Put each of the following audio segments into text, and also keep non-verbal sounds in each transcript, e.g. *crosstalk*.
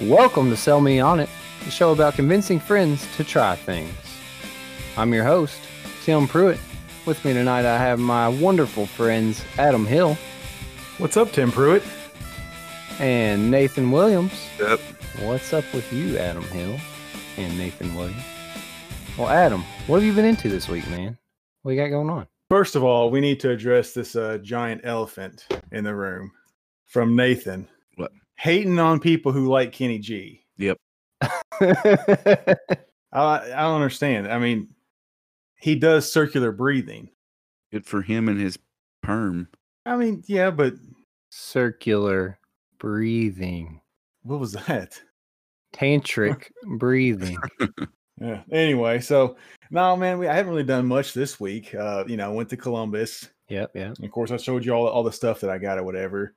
Welcome to Sell Me On It, the show about convincing friends to try things. I'm your host, Tim Pruitt. With me tonight, I have my wonderful friends, Adam Hill What's up, Tim Pruitt? and Nathan Williams. Yep. What's up with you, Adam Hill and Nathan Williams? Well, Adam, what have you been into this week, man? What you got going on? First of all, we need to address this uh, giant elephant in the room from Nathan. What? Hating on people who like Kenny G. I, I don't understand. I mean, he does circular breathing. Good for him and his perm. I mean, yeah, but Circular breathing, what was that? tantric breathing. Yeah. Anyway, so no, man, we, I haven't really done much this week. Uh, you know, went to Columbus. Yep, yep. And of course, I showed you all all the stuff that I got or whatever.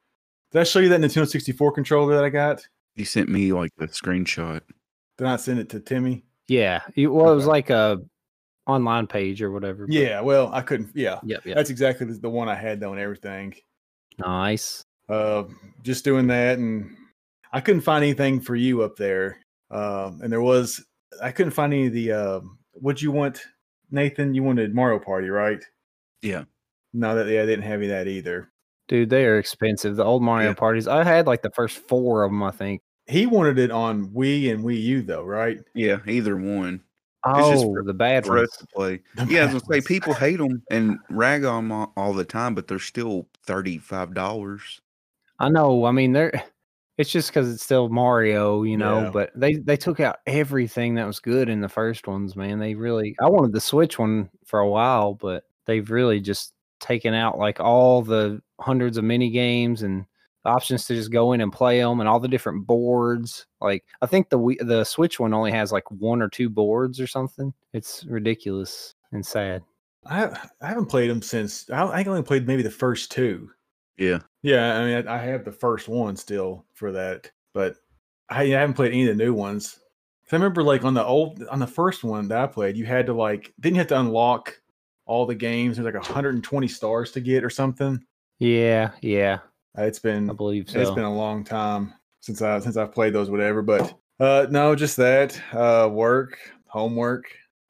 Did I show you that Nintendo 64 controller that I got? He sent me like a screenshot. Did I send it to Timmy? Yeah. It, well, it was Okay. like a online page or whatever. but- Yeah. Well, I couldn't. Yeah. Yep, yep. That's exactly the- the one I had though, and everything. Nice. Uh, just doing that, and I couldn't find anything for you up there. Um, and there was, I couldn't find any of the. um what you want, Nathan? You wanted Mario Party, right? Yeah. No, that yeah, I didn't have any of that either. Dude, they are expensive. The old Mario Yeah. parties. I had like the first four of them, I think. He wanted it on Wii and Wii U though, right? Yeah, either one just Oh, for- the bad for us ones. to *laughs* play. The Yeah, bad I was gonna say *laughs* ones. people hate them and rag on them all, all the time, but they're still thirty five dollars. I know. I mean, they're. It's just because it's still Mario, you know. Yeah. But they they took out everything that was good in the first ones, man. They really. I wanted the Switch one for a while, but they've really just taken out like all the hundreds of mini games and the options to just go in and play them, and all the different boards. Like I think the Wii- the Switch one only has like one or two boards or something. It's ridiculous and sad. I I haven't played them since. I, I think I only played maybe the first two. Yeah, Yeah, I mean, I, I have the first one still for that, but I, I haven't played any of the new ones. 'Cause I remember, like on the old, on the first one that I played, you had to like didn't you have to unlock all the games. There's like 120 stars to get or something. Yeah, yeah, Uh, It's been I believe so. it's been a long time since I since I've played those, whatever. But uh, no, just that uh, work, homework.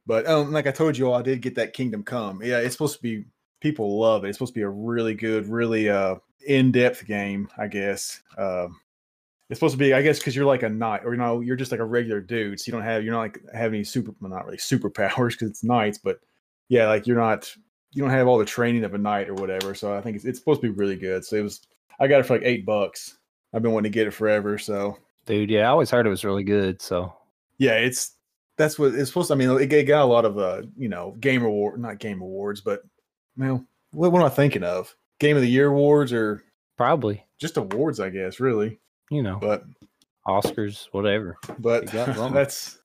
But um, like I told you all, I did get that Kingdom Come. Yeah, it's supposed to be people love it. It's supposed to be a really good, really uh, in depth game, I guess. Um, it's supposed to be, I guess, because you're like a knight, or you know, you're just like a regular dude. So you don't have, you're not like have any super, *laughs* well, not really superpowers because it's knights, but yeah, like you're not, you don't have all the training of a knight or whatever. So I think it's, it's supposed to be really good. So it was I got it for like eight bucks. I've been wanting to get it forever. So Dude, yeah, I always heard it was really good. So yeah, it's that's what it's supposed to. I mean, it, it got a lot of uh, you know, game award, not game awards, but well, what, what am I thinking of? Game of the year awards or probably, just awards, I guess, really. you know, But Oscars, whatever. but You *laughs* got something. that's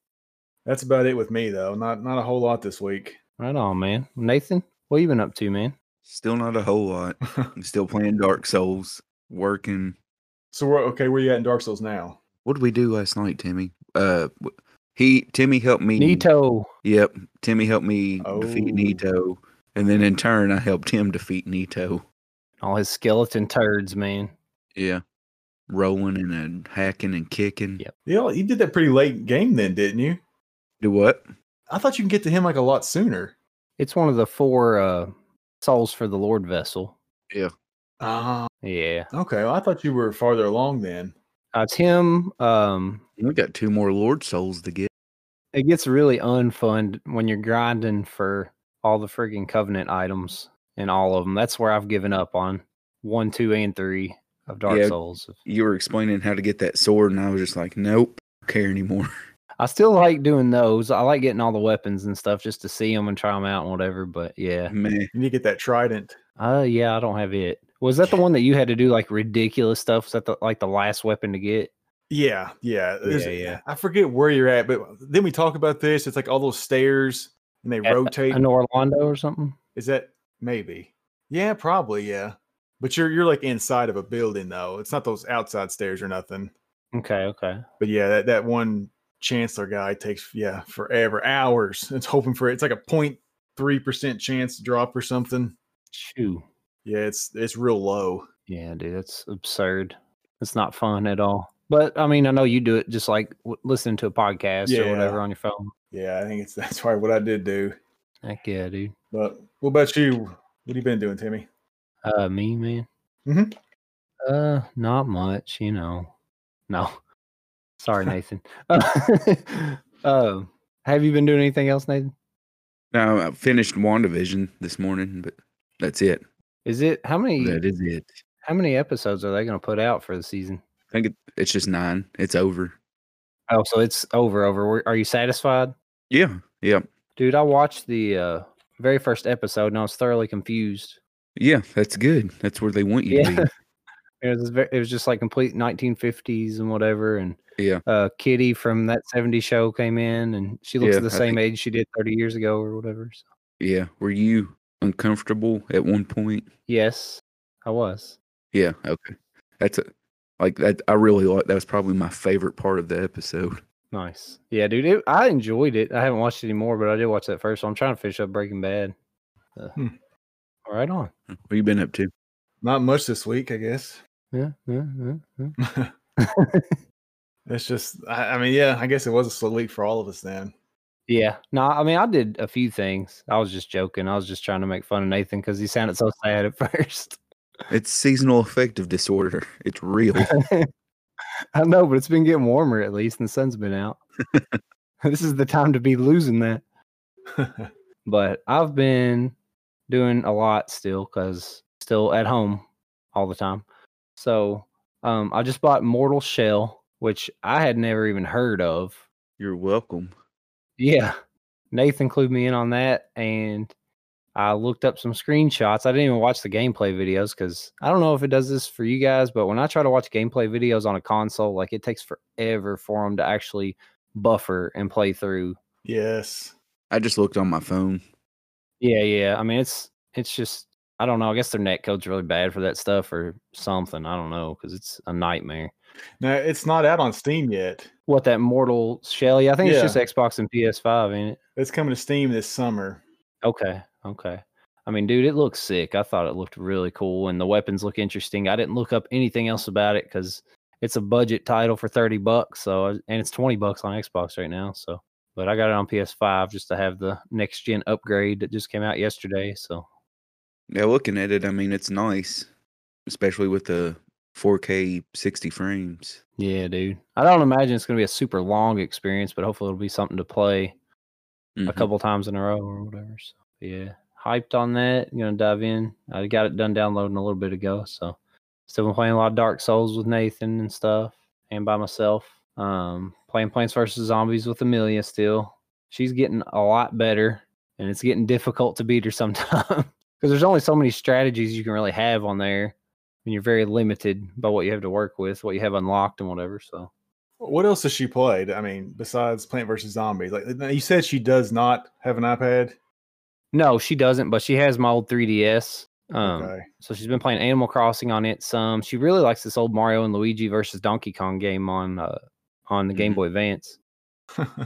that's about it with me though. Not not a whole lot this week. *laughs* Right on, man. Nathan, what you been up to, man? still not a whole lot. I'm still playing Dark Souls, working. so we're okay. Where you at in Dark Souls now? What did we do last night, Timmy? Uh, w- he Timmy helped me. Nito. Yep, Timmy helped me Oh. defeat Nito, and then in turn I helped him defeat Nito. All his skeleton turds, man. Yeah. Rolling and then hacking and kicking. Yeah. You know, you did that pretty late game then, didn't you? Do what? I thought you can get to him like a lot sooner. It's one of the four uh souls for the Lord vessel. Ah, Yeah. okay. Well, I thought you were farther along then. Uh, it's him. Um We got two more Lord Souls to get. it gets really unfun when you're grinding for all the friggin' covenant items and all of them. That's where I've given up on one, two, and three of Dark Yeah. Souls. You were explaining how to get that sword, and I was just like, nope, don't care *laughs* anymore. I still like doing those. I like getting all the weapons and stuff just to see them and try them out and whatever. But yeah, Man, You need to get that trident. uh, yeah, I don't have it. Was that the one that you had to do like ridiculous stuff? Was that the, like the last weapon to get? Yeah, yeah, there's- Yeah, yeah. I forget where you're at, but then we talk about this. It's like all those stairs, and they At- rotate. in Orlando or something? Is that maybe? Yeah, probably. Yeah, but you're you're like inside of a building though. It's not those outside stairs or nothing. Okay, okay. But yeah, that that one chancellor guy takes yeah forever, hours. It's hoping for it's like a 03 percent chance drop or something. Shoo. Yeah, it's it's real low. Yeah, dude, that's absurd. It's not fun at all. But I mean, I know you do it just like w- listening to a podcast or Yeah. whatever on your phone. Yeah, I think it's *laughs* that's probably what I did do. Heck yeah, dude. But what about you? What have you been doing, Timmy? Uh, me, man. Mhm. Uh, not much, you know. No, *laughs* sorry, Nathan. *laughs* um, have you been doing anything else, Nathan? Now I finished WandaVision this morning, but that's it. Is it how many That is it. how many episodes are they going to put out for the season? I think it, it's just nine. It's over. Oh, so it's over. Over. Were- Are you satisfied? Yeah. Yeah. Dude, I watched the uh, very first episode and I was thoroughly confused. Yeah. That's good. That's where they want you *laughs* to It was ve- it was just like complete 1950s and whatever. And be. Yeah. uh, Kitty from that 70s show came in and she looks Yeah, the I same think- age she did 30 years ago or whatever. So. Yeah. Were you uncomfortable at one point? Yes, I was. Yeah. Okay. That's a, like that. I really like that was probably my favorite part of the episode. Nice. Yeah, dude, it, I enjoyed it. I haven't watched it anymore, but I did watch that first. So I'm trying to finish up Breaking Bad. Uh, Hmm. Right on. What you been up to? Not much this week, I guess. Yeah, yeah, yeah, yeah. *laughs* That's just, I, I mean, yeah, I guess it was a slow week for all of us then. *laughs* Yeah. No, I mean, I did a few things. I was just joking. I was just trying to make fun of Nathan because he sounded so sad at *laughs* first. It's seasonal affective disorder. *laughs* It's real. I know, but it's been getting warmer at least, and the sun's been out. *laughs* this is the time to be losing that. But I've been doing a lot still because still at home all the time. So um, I just bought Mortal Shell, which I had never even heard of. You're welcome. Yeah. Nathan clued me in on that and I looked up some screenshots. I didn't even watch the gameplay videos because I don't know if it does this for you guys, but when I try to watch gameplay videos on a console, like it takes forever for them to actually buffer and play through. yes. I just looked on my phone. Yeah, yeah. I mean, it's it's just I don't know. I guess their net code's really bad for that stuff or something. I don't know because it's a nightmare. Now, it's not out on Steam yet. What that Mortal Shell? Yeah, I think Yeah. it's just Xbox and PS5, ain't it? It's coming to Steam this summer. Okay, okay. I mean, dude, it looks sick. I thought it looked really cool, and the weapons look interesting. I didn't look up anything else about it because it's a budget title for thirty bucks. So, I- and it's twenty bucks on Xbox right now. So, but I got it on PS5 just to have the next gen upgrade that just came out yesterday. So, Yeah, looking at it, I mean, it's nice, especially with the 4K 60 frames. yeah, dude. I don't imagine it's gonna be a super long experience, but hopefully it'll be something to play a Mhm. couple times in a row or whatever. So, yeah, hyped on that. Gonna dive in. I got it done downloading a little bit ago, so still been playing a lot of Dark Souls with Nathan and stuff, and by myself. Um, playing Plants vs Zombies with Amelia still. She's getting a lot better, and it's getting difficult to beat her *laughs* sometimes because there's only so many strategies you can really have on there, and you're very limited by what you have to work with, what you have unlocked, and whatever. So. What else has she played? I mean, besides Plant vs. Zombies? Like now, you said, she does not have an iPad. No, she doesn't, but she has my old 3DS. Um, okay. So she's been playing Animal Crossing on it some. She really likes this old Mario and Luigi versus Donkey Kong game on uh, on the Game Mhm. Boy Advance.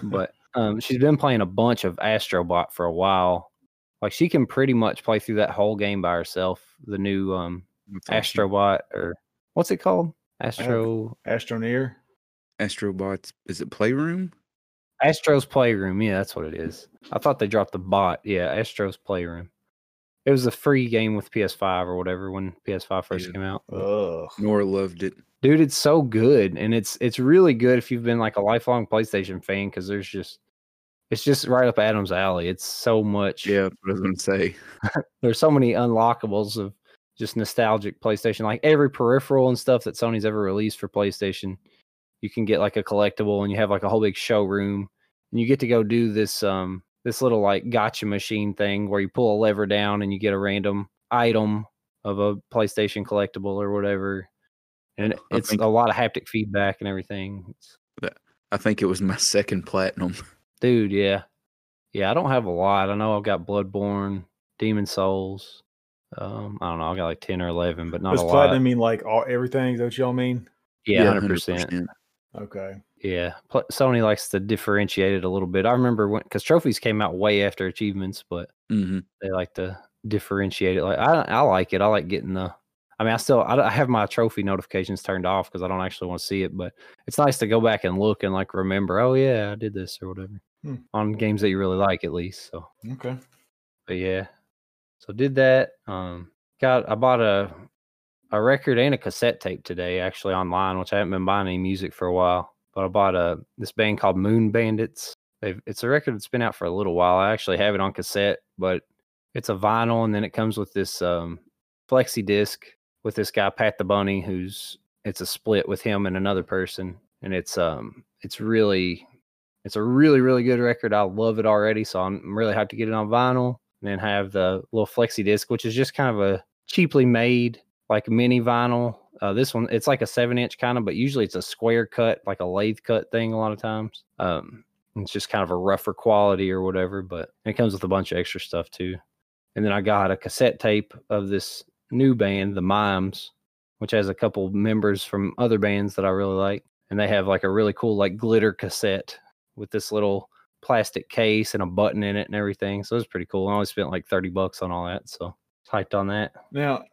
But um, she's been playing a bunch of Astrobot for a while. Like she can pretty much play through that whole game by herself. The new um, What's that shit? Astrobot or what's it called? Astro *laughs* Astroneer. Astrobots. Is it Playroom? Astro's Playroom. Yeah, that's what it is. I thought they dropped the bot. Yeah, Astro's Playroom. It was a free game with PS5 or whatever when PS5 first Yeah. came out. Ugh. Nora loved it. dude it's so good and it's it's really good if you've been like a lifelong playstation fan because there's just it's just right up adam's alley it's so much Yeah, that's what I was going to say. there's so many unlockables of just nostalgic playstation like every peripheral and stuff that sony's ever released for playstation you can get like a collectible and you have like a whole big showroom and you get to go do this um this little like gotcha machine thing where you pull a lever down and you get a random item of a PlayStation collectible or whatever. And I it's think- a lot of haptic feedback and everything. It's- I think it was my second platinum. dude, yeah. Yeah, I don't have a lot. I know I've got Bloodborne, Demon Souls. Um, I don't know. I got like 10 or 11, but not Does a lot. platinum mean like all everything? Is that what y'all mean? *laughs* yeah, 100%. Okay. Yeah, pl- Sony likes to differentiate it a little bit. I remember when because trophies came out way after achievements, but hmm they like to differentiate it. Like I, I like it. I like getting the. I mean, I still I, don't- I have my trophy notifications turned off because I don't actually want to see it, but it's nice to go back and look and like remember. Oh yeah, I did this or whatever Hmm. on games that you really like at least. So Okay. but yeah so did that um got i bought a a record and a cassette tape today actually online which i haven't been buying any music for a while but i bought a this band called moon bandits They've, it's a record that's been out for a little while i actually have it on cassette but it's a vinyl and then it comes with this um flexi disc with this guy pat the bunny who's it's a split with him and another person and it's um it's really it's a really, really good record. I love it already, so I'm really hyped to get it on vinyl. And then have the little flexi disc, which is just kind of a cheaply made like mini vinyl. Uh, this one, it's like a seven inch kind of, but usually it's a square cut, like a lathe cut thing. A lot of times, um, it's just kind of a rougher quality or whatever. But it comes with a bunch of extra stuff too. And then I got a cassette tape of this new band, the Mimes, which has a couple members from other bands that I really like. And they have like a really cool like glitter cassette with this little plastic case and a button in it and everything. So it was pretty cool. I only spent like 30 bucks on all that. So typed on that. Now,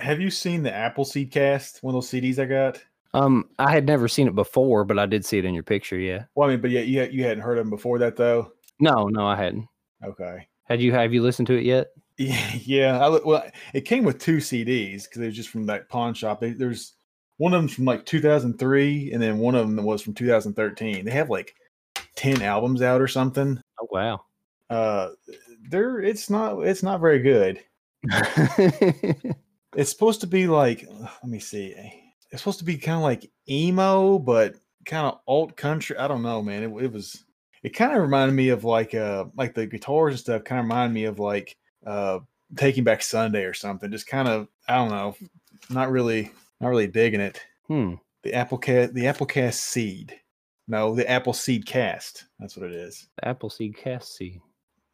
have you seen the Appleseed Cast? One of those CDs I got. Um, I had never seen it before, but I did see it in your picture. Yeah. Well, I mean, but yeah, you you hadn't heard of them before that though. No, no, I hadn't. Okay. Had you, have you listened to it yet? Yeah, *laughs* yeah. I, li- well, it came with two CDs because they were just from that pawn shop. They, there's one of them from like 2003, and then one of them was from 2013. They have like 10 albums out or something. Oh, wow. Uh, they're it's not it's not very good. It's supposed to be like let me see. It's supposed to be kind of like emo, but kind of alt country. I don't know, man. It, it was it kind of reminded me of like uh like the guitars and stuff. Kind of reminded me of like uh Taking Back Sunday or something. Just kind of I don't know. Not really not really digging it. *laughs* hmm. The apple cast the apple cast seed. No, the apple seed cast. That's what it is. Appleseed Cassie.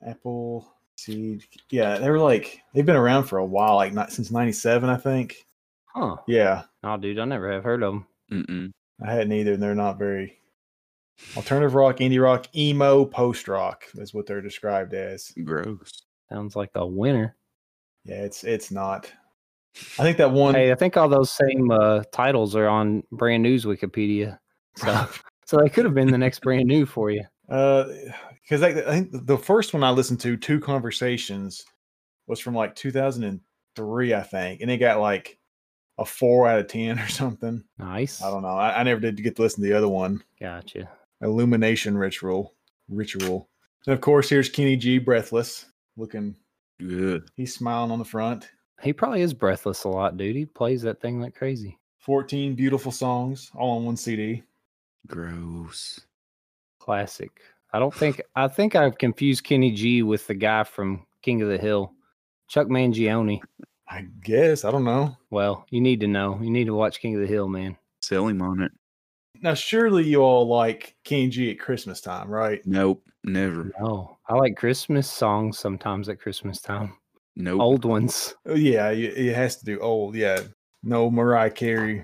Apple seed. Yeah, they were like they've been around for a while, like not since '97, I think. Huh. Yeah. Oh, dude, I never have heard of them. Mm-hmm, Mm-mm. I hadn't either, and they're not very alternative rock, indie rock, emo, post rock is what they're described as. Gross. Sounds like a winner. Yeah, it's it's not. I think that one. Hey, I think all those same uh, titles are on brand new's Wikipedia. *laughs* So, so they could have been the next brand new for you. because uh, I, I think the first one I listened to, Two Conversations, was from like 2003, I think, and it got like a four out of ten or something. Nice. I don't know. I, I never did get to listen to the other one. Gotcha. Illumination ritual, ritual, and of course here's Kenny G, breathless, looking. Good. He's smiling on the front. He probably is breathless a lot, dude. He plays that thing like crazy. 14 beautiful songs all on one CD. Gross. Classic. I don't think I think I've confused Kenny G with the guy from King of the Hill, Chuck Mangione. I guess. I don't know. Well, you need to know. You need to watch King of the Hill, man. Sell him on it. Now, surely you all like King G at Christmas time, right? Nope. Never. No, Oh, I like Christmas songs sometimes at Christmas time. Nope. Old ones. Oh, Yeah, y- it has to do old. Yeah. No Mariah Carey,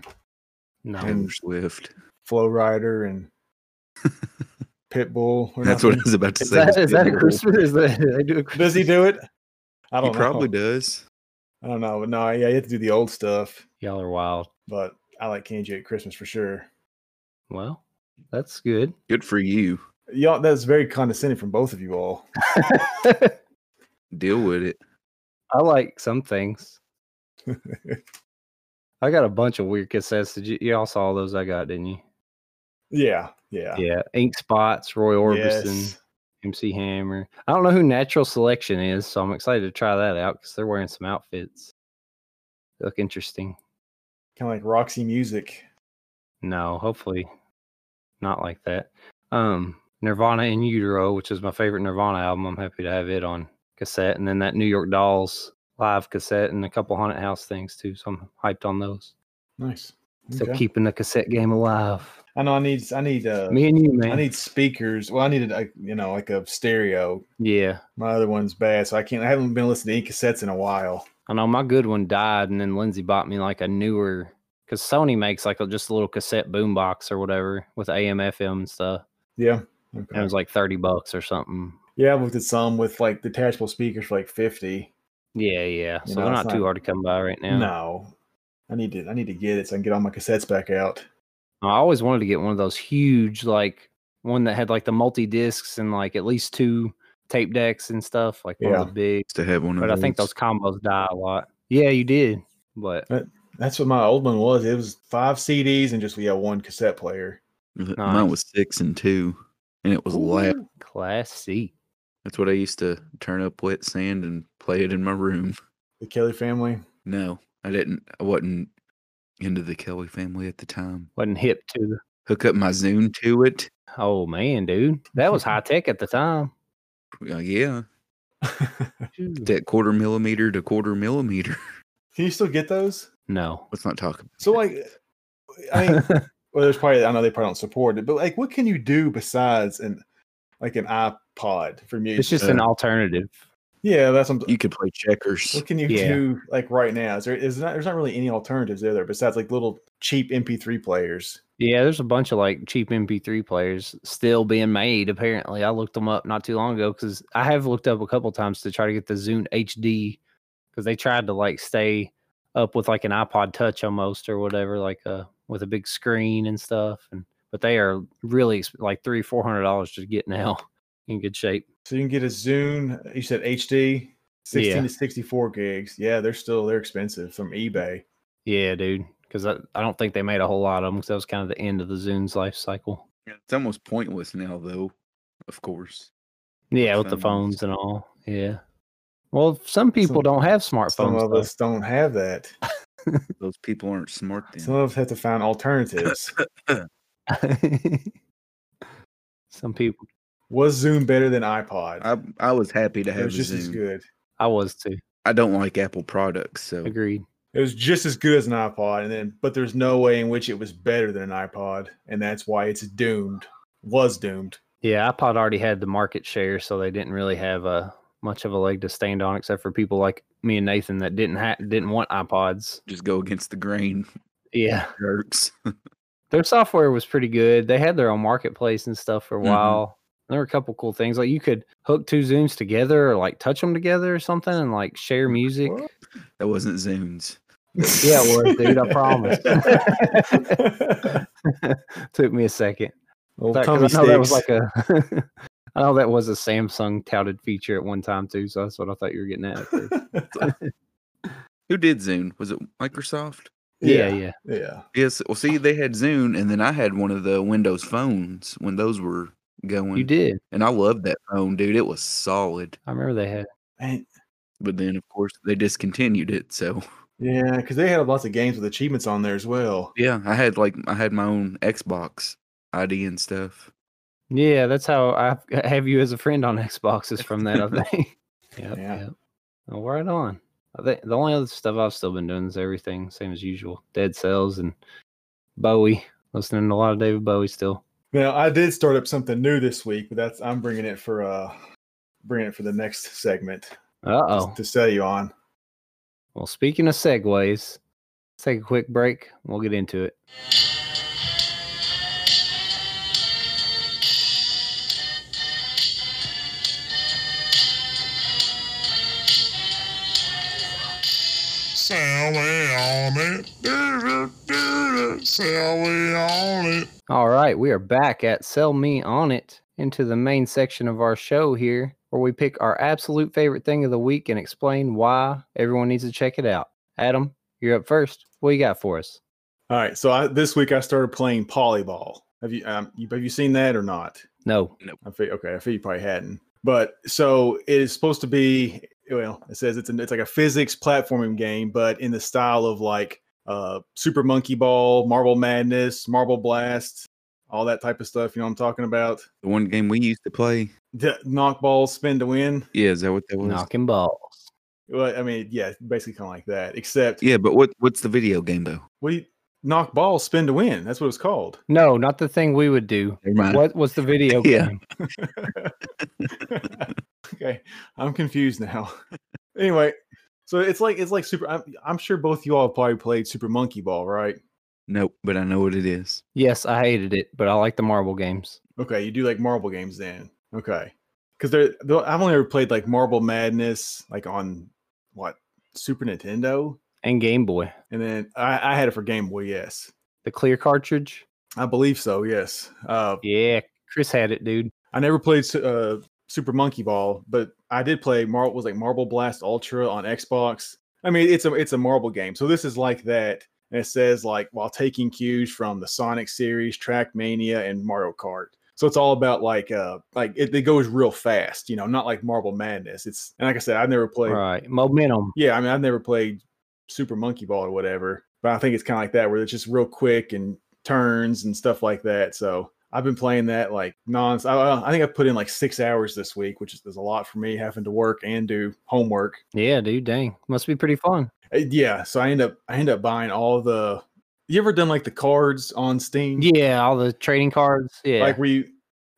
No. Taylor Swift. Flow Rider, *laughs* and Pitbull. or That's what *laughs* I nothing. was about to Is say. that, was is that a Pitbull. Christmas? Is that *laughs* they do a Christmas? *laughs* Does he do it? I He don't know. probably does. I don't know. But no, yeah, you have to do the old stuff. Y'all are wild. But I like King G at Christmas for sure. Well, that's good. *laughs* Good for you. Y'all, that's very condescending from both of you all. *laughs* I Deal with it. like some things. I got a bunch of weird cassettes. Did you, y'all saw all those I got, didn't you? yeah, yeah. Yeah, Ink Spots, Roy Orbison, Yes. MC Hammer. I don't know who Natural Selection is, so I'm excited to try that out because they're wearing some outfits. They look interesting. Kind of like Roxy Music. No, hopefully not like that. Um, Nirvana in Utero, which is my favorite Nirvana album. I'm happy to have it on cassette, and then that New York Dolls live cassette and a couple haunted house things too. So I'm hyped on those. Nice. Still Okay. keeping the cassette game alive. I know I need I need uh Me and you, man. I need speakers. Well, I needed a you know like a stereo. yeah. My other one's bad, so I can't. I haven't been listening to any cassettes in a while. I know my good one died, and then Lindsay bought me like a newer because Sony makes like a, just a little cassette boom box or whatever with AM, FM, and stuff. Yeah. And it Okay. was like 30 bucks or something. Yeah, I've looked at some with like detachable speakers for like fifty. Yeah, yeah. So know, they're it's not too not- hard to come by right now. No, I need to I need to get it so I can get all my cassettes back out. I always wanted to get one of those huge, like one that had like the multi discs and like at least two tape decks and stuff, like one of the big. to have one of But I think those combos die a lot. Yeah, you did. But That's what my old one was. It was five CDs and just yeah one cassette player. those nice. mine was six and two, and it was loud. class C. That's what I used to turn up wet sand and play it in my room. *laughs* The Kelly family. *laughs* No, I didn't. I wasn't into the Kelly family at the time. Wasn't hip to the Hook up my Zoom to it. Oh man, dude. That *laughs* was high tech at the time. Uh, yeah, Can Phew. that quarter millimeter to quarter millimeter. *laughs* you still get those? No. Let's not talk. About So it. like, I mean, well, there's probably I know they probably don't support it, but like, what can you do besides an like an iPod for *laughs* music? it's just an alternative. yeah, that's what I'm- you could play checkers. What can you Yeah. do like right now? Is there is not there's not really any alternatives there besides like little cheap MP3 players. Yeah, there's a bunch of like cheap MP3 players still being made. Apparently, I looked them up not too long ago because I have looked up a couple times to try to get the Zune HD because they tried to like stay up with like an iPod Touch almost or whatever, like uh with a big screen and stuff. And but they are really exp- like three four hundred dollars to get now *laughs* in good shape. So you can get a Zune. You said HD, sixteen Yeah. to sixty-four gigs. Yeah, they're still they're expensive from eBay. Yeah, dude. Because I, I don't think they made a whole lot of them because that was kind of the end of the Zune's life cycle. Yeah, It's almost pointless now, though. Of course. Yeah, with the Phones. phones and all. Yeah. Well, some people don't have smartphones. Some of though. us don't have that. Those people aren't smart then. Some of us have to find alternatives. *laughs* Some people. Was Zoom better than iPod? I, I was happy to it have was a just as Zoom. good. I was too. I don't like Apple products, so Agreed. It was just as good as an iPod, and then but there's no way in which it was better than an iPod, and that's why it's doomed. Was doomed. Yeah, iPod already had the market share, so they didn't really have a much of a leg to stand on, except for people like me and Nathan that didn't ha- didn't want iPods. just Hmm. go against the grain, *laughs* Yeah, jerks. their software was pretty good. They had their own marketplace and stuff for a Mm-hmm. Mhm. while. There were a couple cool things like you could hook two zooms together or like touch them together or something and like share music. *laughs* What? That wasn't Zunes. Yeah, it was, dude. I *laughs* promise. Took me a second. Old That- 'cause tummy I know that was sticks. like a, *laughs* I know that was a Samsung touted feature at one time too. So that's what I thought you were getting at. at first. Who did Zune? Was it Microsoft? yeah, yeah, *laughs* yeah. Yes. Well, see, they had Zune, and then I had one of the Windows phones when those were going. you did. and I loved that phone, dude. It was solid. I remember they had. Man, But then, of course, they discontinued it. So *laughs* yeah, because they had lots of games with achievements on there as well. yeah, I had like I had my own Xbox ID and stuff. Yeah, that's how I I have you as a friend on *laughs* Xbox is from that. *laughs* I think. yep, Yeah. Yep. Well, right on. I think the only other stuff I've still been doing is everything same as usual. Dead Cells and Bowie. Listening to a lot of David Bowie still. Now I did start up something new this week, but that's I'm bringing it for uh bringing it for the next segment to- Uh oh. to sell you on. Well, speaking of segues, let's take a quick break. We'll get into it. Sally on it. Do-do-do-do. Sally on it. All right, we are back at Sell Me On It into the main section of our show here, where we pick our absolute favorite thing of the week and explain why everyone needs to check it out. Adam, you're up first. What you got for us? All right, so I, this week I started playing Polyball. Have you, um, you have you seen that or not? No. I feel okay. I feel you probably hadn't. But so it is supposed to be. Well, it says it's an, it's like a physics platforming game, but in the style of like uh, Super Monkey Ball, Marble Madness, Marble Blast, all that type of stuff. You know what I'm talking about? The one game we used to play. The knock ball, spin to win. Yeah, is that what that was? Knocking balls. Well, I mean, yeah, basically kind of like that. Except Yeah, but what what's the video game though? what do you, knock ball, spin to win. That's what it's called. *laughs* No, not the thing we would do. Never mind. What was the video *laughs* Yeah. game? okay, I'm confused now. anyway, so it's like it's like super. I'm, I'm sure both you all have probably played Super Monkey Ball, right? Nope, but I know what it is. Yes, I hated it, but I like the marble games. Okay, you do like marble games then. Okay, because they're, though I've only ever played like Marble Madness, like on what Super Nintendo. and Game Boy. And then I, I had it for Game Boy. Yes, The clear cartridge. I believe so. Yes. Uh, Yeah, Chris had it, dude. I never played Su- uh, Super Monkey Ball, but I did play Mar- was like Marble Blast Ultra on Xbox. I mean, it's a it's a marble game, so this is like that, and it says like while taking cues from the Sonic series, Trackmania, and Mario Kart. So it's all about like uh like it, it goes real fast, you know, not like Marble Madness. It's and like I said, I've never played. Right, momentum. Yeah, I mean, I've never played Super Monkey Ball or whatever, but I think it's kind of like that where it's just real quick and turns and stuff like that. So I've been playing that like non. I, I think I put in like six hours this week, which is, is a lot for me, having to work and do homework. Yeah, dude. Dang, must be pretty fun. Uh, Yeah, so I end up I end up buying all the. You ever done like the cards on Steam? Mm-hmm. Yeah, all the trading cards. Yeah, Like we,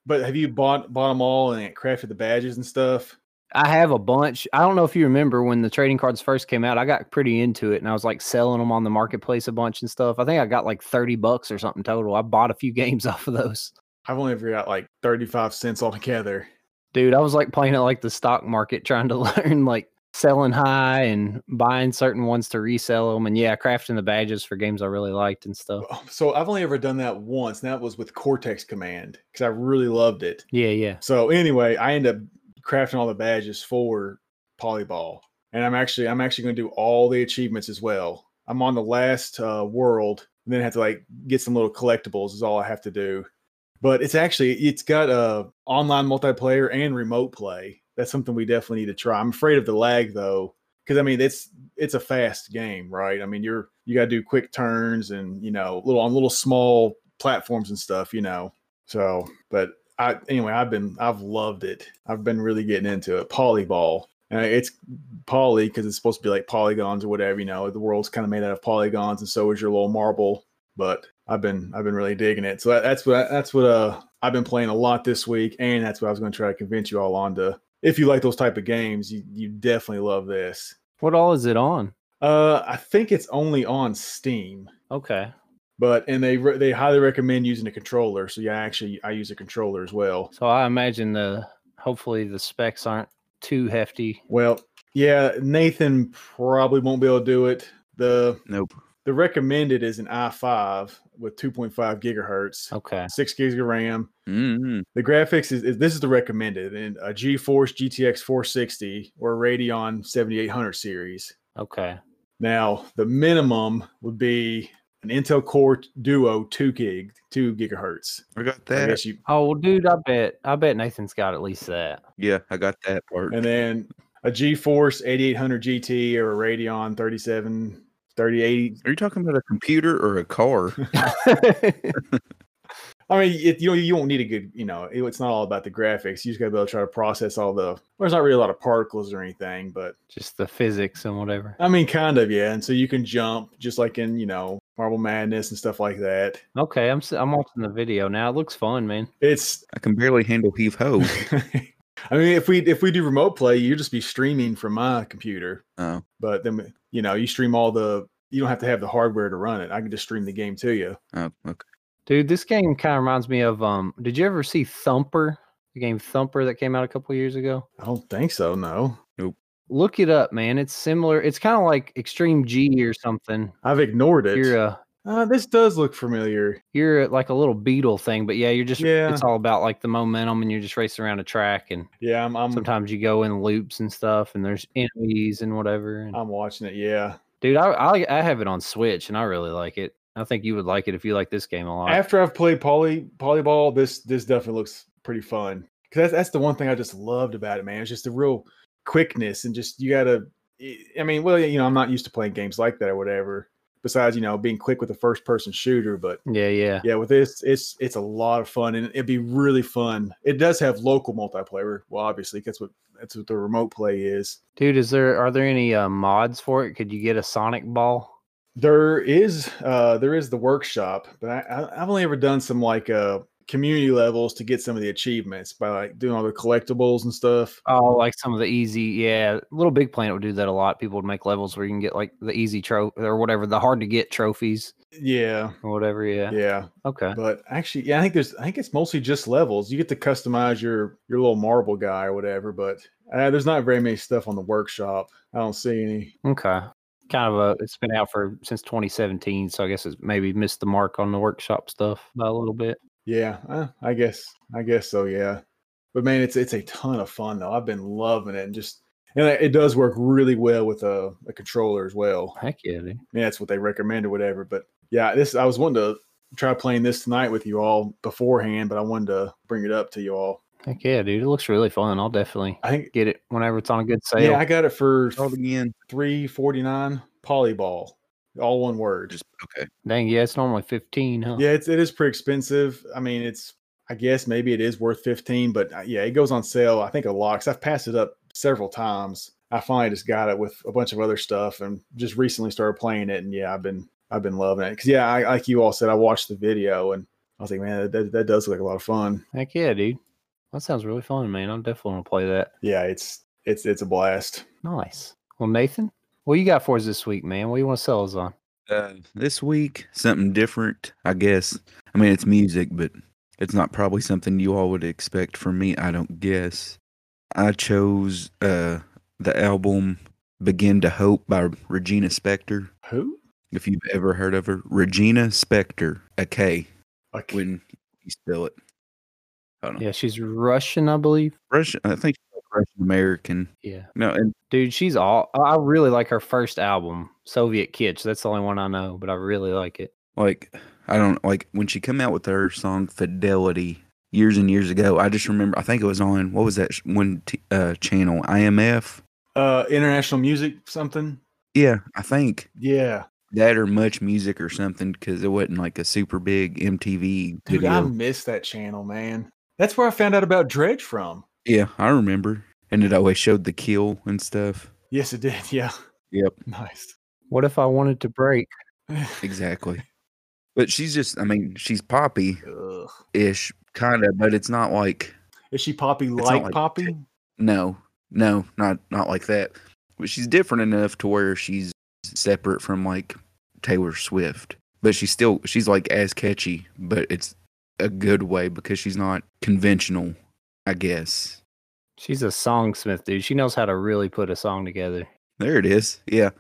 but have you bought bought them all and it crafted the badges and stuff? I have a bunch. I don't know if you remember when the trading cards first came out. I got pretty into it, and I was like selling them on the marketplace a bunch and stuff. I think I got like thirty bucks or something total. I bought a few *laughs* games off of those. I've only ever got like thirty five cents altogether. dude i was like playing it like the stock market trying to *laughs* learn like selling high and buying certain ones to resell them and yeah crafting the badges for games i really liked and stuff Oh, So I've only ever done that once, and that was with Cortex Command because I really loved it. yeah yeah So anyway, I end up crafting all the badges for Polyball, and I'm actually I'm actually going to do all the achievements as well. I'm on the last uh, world, and then I have to like get some little collectibles is all I have to do. But it's actually it's got uh, online multiplayer and remote play. That's something we definitely need to try. I'm afraid of the lag though, because I mean it's it's a fast game, right? I mean you're you got to do quick turns and you know little on little small platforms and stuff, you know. So, but I anyway, I've been I've loved it. I've been really getting into it. Polyball. Uh, it's poly because it's supposed to be like polygons or whatever. You know, the world's kind of made out of polygons, and so is your little marble. But I've been I've been really digging it. So that, that's what I, that's what uh I've been playing a lot this week, and that's what I was going to try to convince you all on to. If you like those type of games, you you definitely love this. what all is it on Uh, I think it's only on Steam okay but and they re- they highly recommend using a controller. So yeah, actually I use a controller as well. so i imagine the hopefully the specs aren't too hefty Well, yeah, Nathan probably won't be able to do it. The Nope. the recommended is an i5 with 2.5 gigahertz, okay six gigs of RAM. Mm-hmm. The graphics is, is- this is the recommended and a GeForce GTX 460 or Radeon 7800 series. okay Now the minimum would be an Intel Core Duo 2 gig, 2 gigahertz. I got I that. guess you oh well, dude i bet i bet nathan's got at least that *laughs* yeah, I got that part. and then a GeForce 8800 GT or a Radeon 37 3080. Are you talking about a computer or a car? I mean, it, you know, you won't need a good, you know, it- it's not all about the graphics. You just got to be able to try to process all the. well, There's not really a lot of particles or anything, but just the physics and whatever I mean, kind of, yeah. And so you can jump just like in, you know, Marble Madness and stuff like that. okay i'm s- i'm watching the video now it looks fun man It's I can barely handle *laughs* heave ho. I mean, if we if we do remote play, you just be streaming from my computer. Oh. But then we- you know, you stream all the. You don't have to have the hardware to run it. I can just stream the game to you. Oh, okay. Dude, this game kind of reminds me of um did you ever see Thumper? The game Thumper that came out a couple years ago? I don't think so. No, Look it up, man. It's similar. It's kind of like Extreme G or something. I've ignored it. You're a Uh, this does look familiar. you're like a little beetle thing, but yeah, you're just it's all about like the momentum and you're just racing around a track and Yeah, I'm I'm, sometimes you go in loops and stuff and there's enemies and whatever. And, I'm watching it. Yeah. dude, I, I I have it on Switch and I really like it. I think you would like it if you like this game a lot. After I've played poly polyball, this this definitely looks pretty fun. Cause that's that's the one thing I just loved about it, man. It's just the real quickness and just you gotta. I- I mean, well, you know, I'm not used to playing games like that or whatever. Besides, you know, being quick with a first person shooter, but yeah, yeah. yeah, with this, it's it's a lot of fun and it'd be really fun. It does have local multiplayer. Well, obviously, that's what that's what the remote play is. Dude, is there are there any uh, mods for it? Could you get a Sonic ball? There is uh there is the workshop, but I, I I've only ever done some like uh community levels to get some of the achievements by like doing all the collectibles and stuff. Oh, like some of the easy, yeah. Little Big Planet would do that a lot. People would make levels where you can get like the easy trophy or whatever, the hard to get trophies Yeah, or whatever. Yeah. yeah. Okay. But actually, yeah, I think there's I think it's mostly just levels. You get to customize your your little marble guy or whatever, but uh, there's not very many stuff on the workshop. I don't see any. Okay. kind of a it's been out for since 2017, so I guess it's maybe missed the mark on the workshop stuff by a little bit. Yeah, uh, I guess I guess so. Yeah, but man, it's it's a ton of fun though. I've been loving it, and just and it it does work really well with uh, a, a controller as well. Heck yeah, dude. I mean, that's what they recommend or whatever. But yeah, this I was wanting to try playing this tonight with you all beforehand, but I wanted to bring it up to you all. Heck yeah, dude. It looks really fun. I'll definitely I think get it whenever it's on a good sale. yeah, I got it for Call it again. three forty nine polyball, all one word. Just okay. Dang, yeah, it's normally 15, huh? Yeah, it's it is pretty expensive. I mean, it's I guess maybe it is worth fifteen, but uh, yeah, it goes on sale. I think a lot. Cause I've passed it up several times. I finally just got it with a bunch of other stuff, and just recently started playing it. And yeah, I've been I've been loving it because yeah, I, like you all said, I watched the video and I was like, man, that, that does look like a lot of fun. Heck yeah, dude. That sounds really fun, man. I'm definitely gonna play that. Yeah, it's it's it's a blast. Nice. Well, Nathan, what you got for us this week, man? What you want to sell us on? Uh, this week, something different, I guess. I mean, it's music, but it's not probably something you all would expect from me. I don't guess. I chose uh, the album "Begin to Hope" by Regina Spektor. Who? If you've ever heard of her, Regina Spektor, a K. Like When you spell it, Hold on. Yeah, she's Russian, I believe. Russian. I think she's Russian American. Yeah, No, and dude, she's all. I I really like her first album, Soviet Kitsch. That's the only one I know, but I really like it. like I don't like when she come out with her song "Fidelity" years and years ago. I just remember. I think it was on what was that sh- one t- uh, channel? IMF. uh, international music something? Yeah, I think Yeah, that or Much Music or something because it wasn't like a super big MTV dude, video. I miss that channel, man. That's where I found out about Dredge from. yeah, I remember, and it always showed the kill and stuff. Yes, it did. *laughs* Yeah, Yep, nice. What if I wanted to break? exactly. But she's just—I mean, she's poppy *laughs* Ugh. ish, kind of, but it's not like Is she Poppy not like, like- Poppy? No, no, not not like that. But she's different enough to where she's separate from like Taylor Swift, but she's still she's like as catchy, but it's a good way because she's not conventional, I guess. She's a songsmith, dude. She knows how to really put a song together. There it is. Yeah.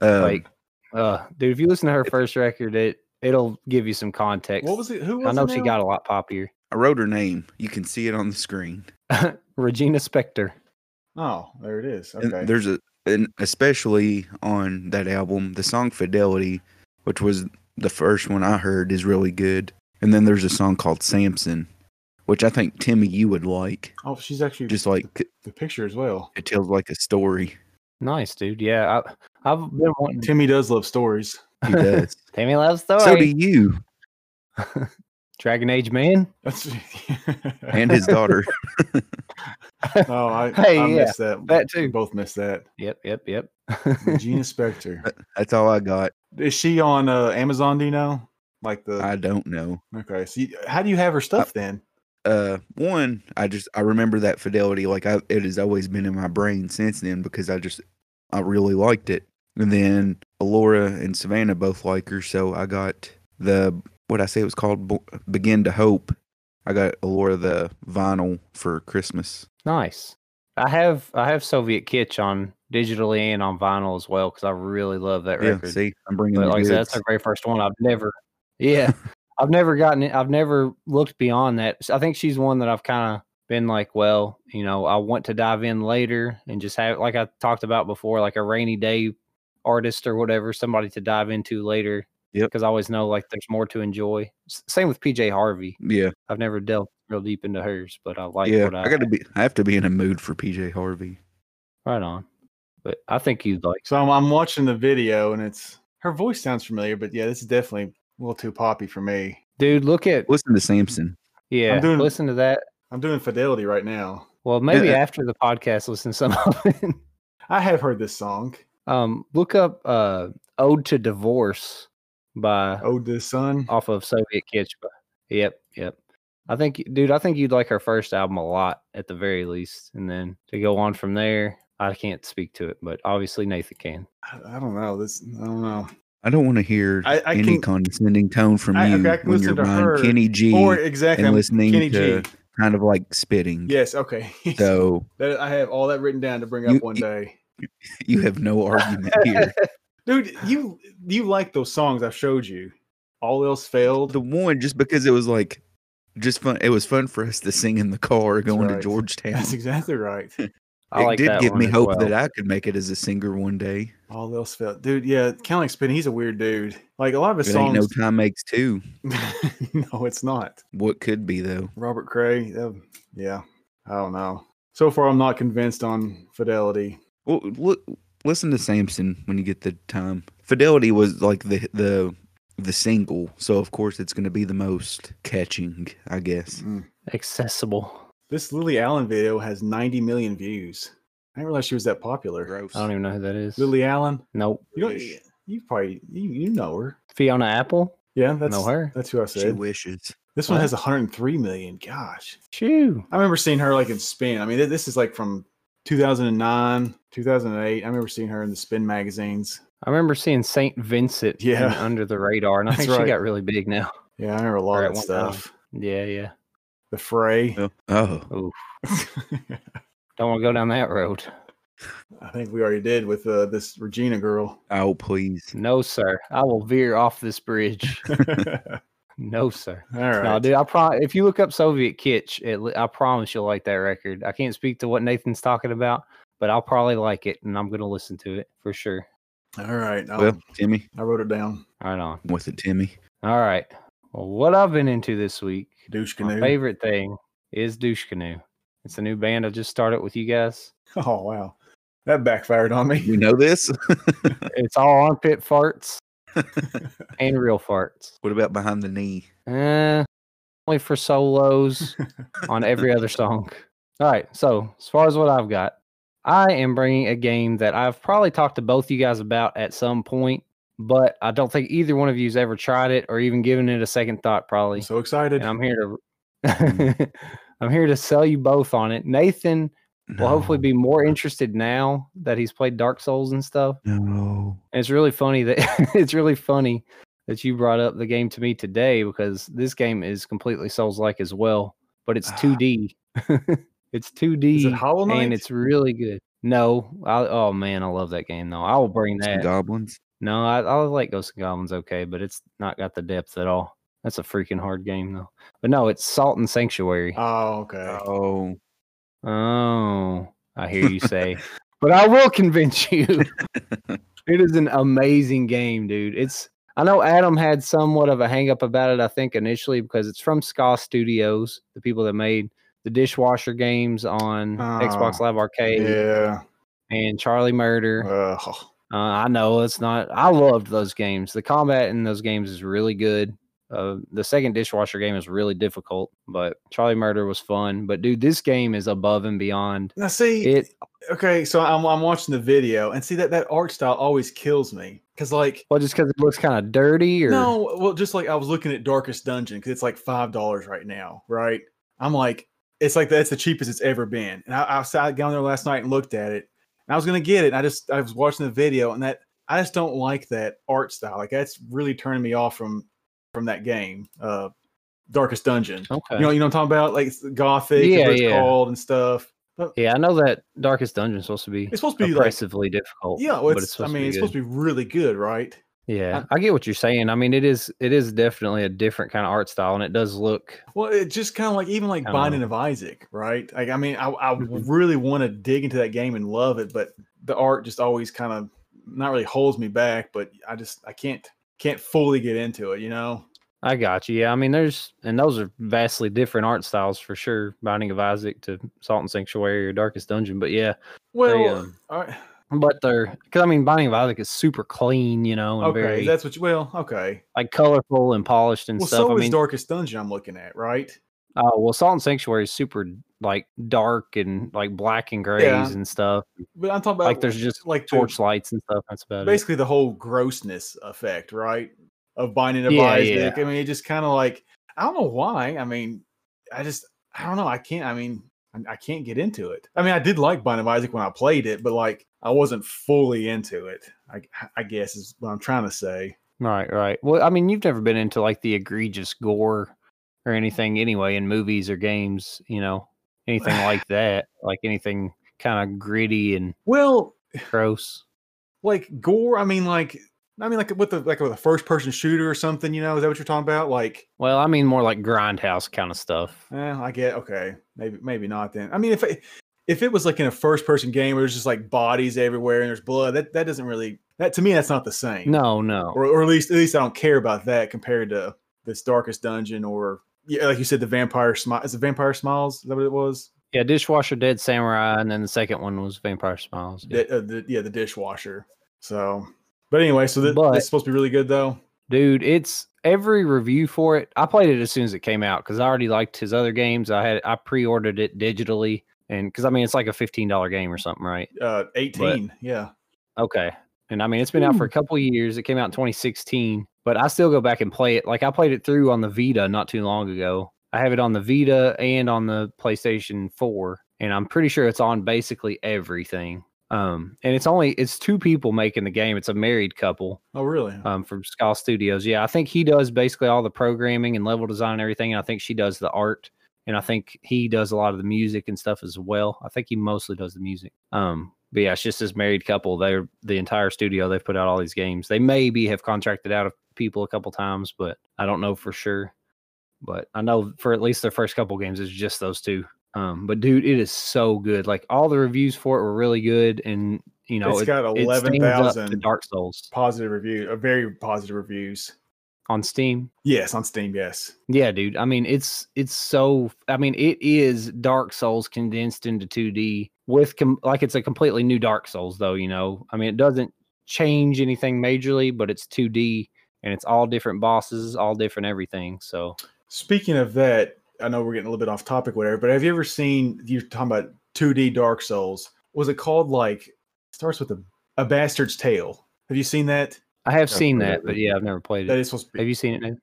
Um, like, uh, dude, if you listen to her first record, it it'll give you some context. What was it? Who was I know it she now? got a lot poppier. I wrote her name. You can see it on the screen. Regina Spektor. Oh, there it is. And Okay. there's a and especially on that album, the song Fidelity, which was the first one I heard, is really good. And then there's a song called Samson, which I think Timmy you would like. Oh, she's actually Just like the picture as well. it tells like a story. Nice, dude. Yeah, I, I've been wanting. to Timmy does love stories. *laughs* He does. Tammy Love Story. so do you Dragon Age Man. That's and his daughter. *laughs* oh, I, Hey, yeah, I missed that. that too. Both missed that. Yep, yep, yep. *laughs* Regina Spector. That's all I got. Is she on uh, Amazon? Do you know? Like the I don't know. okay. So you, how do you have her stuff then? Uh, one, I just I remember that fidelity. Like I, it has always been in my brain since then because I just I really liked it. And then Alora and Savannah both like her, so I got the what I say it was called Bo- "Begin to Hope." I got Alora the vinyl for Christmas. Nice. I have I have Soviet Kitsch on digitally and on vinyl as well because I really love that Yeah, record. see, I'm bringing but the like I said, that's the goods. very first one I've *laughs* never. Yeah, I've never gotten it. I've never looked beyond that. So I think she's one that I've kind of been like, well, you know, I want to dive in later and just have like I talked about before, like a rainy day artist or whatever, somebody to dive into later. Yep. Because I always know like there's more to enjoy. S- same with PJ Harvey. yeah, I've never delved real deep into hers, but I like yeah. what I, I gotta be. I have to be in a mood for PJ Harvey. right on. But I think you'd like So I'm, I'm watching the video and it's her voice sounds familiar, but yeah, this is definitely a little too poppy for me. dude, look at Listen to Samson. yeah, doing- listen to that. I'm doing Fidelity right now. Well, maybe uh, after the podcast listen to some of it. I have heard this song. Um, look up uh, "Ode to Divorce" by Oh, the sun. off of Soviet Kitsch. By, yep, yep. I think, y- dude, I think you'd like her first album a lot at the very least, and then to go on from there. I can't speak to it, but obviously Nathan can. I, I don't know. This I don't know. I don't want to hear I- I any can- condescending tone from I- okay, you I can when listen you're to buying her Kenny G Or exactly. and I'm listening Kenny to G. kind of like spitting. Yes. Okay. *laughs* So that, I have all that written down to bring up You- one you- day. you have no argument here. dude. You you like those songs I showed you? All else failed. The one just because it was like just fun. It was fun for us to sing in the car going to right. Georgetown. That's exactly *laughs* right. it did that give one me as hope well. that I could make it as a singer one day. All else failed, dude. Yeah, Count like Spin. He's a weird dude. Like a lot of his It ain't no songs. time makes two. *laughs* no, it's not. What could be though? Robert Cray. uh, yeah, I don't know. So far, I'm not convinced on fidelity. Well, look, listen to Samson when you get the time. Fidelity was like the the the single, so of course it's going to be the most catching, I guess. Mm. accessible. This Lily Allen video has 90 million views. I didn't realize she was that popular. Gross. I don't even know who that is. Lily Allen. Nope. You don't. Wish. You probably you, you know her. Fiona Apple. Yeah, that's her. That's who I She said. wishes. This one What? has 103 million. Gosh, Shoo. I remember seeing her like in Spin. I mean, th- this is like from 2009, 2008. I remember seeing her in the Spin magazines. I remember seeing Saint Vincent. in Yeah. under the radar, and I That's think right. she got really big now. Yeah, I remember a lot Or of at that one time. stuff. Yeah, yeah. The Fray. Oh, oh, Don't want to go down that road. *laughs* I think we already did with uh, this *laughs* Regina girl. *laughs* oh, please. No, sir. I will veer off this bridge. *laughs* All no, sir. right. No, dude. I pro- if you look up Soviet Kitsch, it, li- I promise you'll like that record. I can't speak to what Nathan's talking about, but I'll probably like it, and I'm going to listen to it for sure. All right. I'll- Well, Timmy, I wrote it down. Right on. I'm with it, Timmy. All right. Well, what I've been into this week, Douche my canoe. favorite thing is Douche Canoe. It's a new band I just started with you guys. *laughs* Oh wow, that backfired on me. You know this? It's all armpit farts and real farts. what about behind the knee? Uh, only for solos on every other song. All right. So, as far as what I've got, I am bringing a game that I've probably talked to both you guys about at some point, but I don't think either one of you's ever tried it or even given it a second thought, probably. *laughs* I'm so excited. and I'm here to *laughs* I'm here to sell you both on it. Nathan will hopefully be more interested now that he's played Dark Souls and stuff. No. And it's really funny that *laughs* it's really funny that you brought up the game to me today because this game is completely Souls like as well, but it's Ah. 2D. *laughs* it's 2D Is it Hollow Knight? and it's really good. No, I, oh man, I love that game though. I will bring Some that. goblins. No, I, I like Ghosts and Goblins okay, but it's not got the depth at all. That's a freaking hard game though. But no, it's Salt and Sanctuary. oh okay. Oh, Oh, I hear you say. *laughs* but I will convince *laughs* you. it is an amazing game, dude. It's I know Adam had somewhat of a hang up about it, I think, initially, because it's from Ska Studios, the people that made the dishwasher games on Xbox Oh, Live Arcade Yeah. and Charlie Murder. Uh, oh, Uh, I know it's not. I loved those games. The combat in those games is really good. Uh, the second dishwasher game is really difficult, but Charlie Murder was fun. But dude, this game is above and beyond. now see, It okay, so I'm I'm watching the video and see that that art style always kills me because like well, just because it looks kind of dirty, or no, well, just like I was looking at Darkest Dungeon because it's like five dollars right now, right? I'm like, it's like that's the cheapest it's ever been, and I, I sat down there last night and looked at it, and I was gonna get it. And I just I was watching the video, and that I just don't like that art style. Like that's really turning me off from from that game, uh, Darkest Dungeon. okay, You know, you know what I'm talking about, like it's gothic, is Yeah, what it's yeah. called and stuff. But yeah, I know that Darkest Dungeon is supposed to be it's supposed to be like, oppressively difficult. yeah, well, but it's, I mean, it's supposed good. to be really good, right? Yeah, I get what you're saying. I mean, it is it is definitely a different kind of art style, and it does look Well, it just kind of like even like I don't know. Binding of Isaac, right? Like, I mean, I, I Mhm. really want to dig into that game and love it, but the art just always kind of not really holds me back. But I just I can't can't fully get into it, you know. I got you. Yeah, I mean, there's and those are vastly different art styles for sure. Binding of Isaac to Salt and Sanctuary or Darkest Dungeon, but yeah, Well, um, all right, but they're because I mean, Binding of Isaac is super clean, you know, and okay, very that's what you. Well, okay. like colorful and polished and Well, stuff. so I is mean, Darkest Dungeon I'm looking at, right? oh well, Salt and Sanctuary is super like dark and like black and grays and stuff. But I'm talking about Like there's just like the- torch lights and stuff. That's about it. basically the whole grossness effect, right? Of Binding of Yeah, Isaac. yeah. I mean, it just kind of like I don't know why. I mean, I just I don't know. I can't. I mean, I, I can't get into it. I mean, I did like Binding of Isaac when I played it, but like I wasn't fully into it. I I guess is what I'm trying to say. Right, right. Well, I mean, you've never been into like the egregious gore or anything anyway in movies or games, you know, anything like that, like anything kind of gritty and Well, gross. like gore. I mean, like I mean, like with the like with a first person shooter or something. You know, is that what you're talking about? Like, Well, I mean more like grindhouse kind of stuff. eh, I get okay, maybe maybe not. Then I mean, if it, if it was like in a first person game where there's just like bodies everywhere and there's blood, that that doesn't really that to me that's not the same. No, no. or, or at least at least I don't care about that compared to this darkest dungeon or yeah, like you said, the vampire smile. Is it vampire smiles? Is that what it was? Yeah, dishwasher dead samurai, and then the second one was Vampire Smiles. Yeah. Di- uh, the, yeah, the dishwasher. So, but anyway, so th- But- this is supposed to be really good though. Dude, it's every review for it. I played it as soon as it came out because I already liked his other games. I had I pre-ordered it digitally, and because I mean it's like a fifteen dollar game or something, right? Uh, eighteen. yeah. Okay. And I mean, it's been out for a couple of years. It came out in 2016, but I still go back and play it. Like I played it through on the Vita not too long ago. I have it on the Vita and on the PlayStation 4, and I'm pretty sure it's on basically everything. Um, and it's only it's two people making the game. It's a married couple Oh, really? um, from Skull Studios. Yeah, I think he does basically all the programming and level design and everything. And I think she does the art. And I think he does a lot of the music and stuff as well. I think he mostly does the music. Um, but yeah, it's just this married couple. They're the entire studio. They've put out all these games. They maybe have contracted out of people a couple times, but I don't know for sure. But I know for at least their first couple games, it's just those two. Um, but dude, it is so good. Like all the reviews for it were really good, and you know, It's it- got it stands up to 11,000 Dark Souls positive review. Uh, very positive reviews. on Steam. Yes, on Steam. Yes. Yeah, dude. I mean, it's it's so. I mean, it is Dark Souls condensed into 2D with com- like it's a completely new Dark Souls, though. You know, I mean, it doesn't change anything majorly, but it's 2D and it's all different bosses, all different everything. So Speaking of that, I know we're getting a little bit off topic, whatever. But have you ever seen you're talking about 2D Dark Souls? Was it called like starts with a a bastard's tale? Have you seen that? I have I've seen heard of that, but it. yeah, I've never played That it. is supposed to be Have you seen it? Nathan?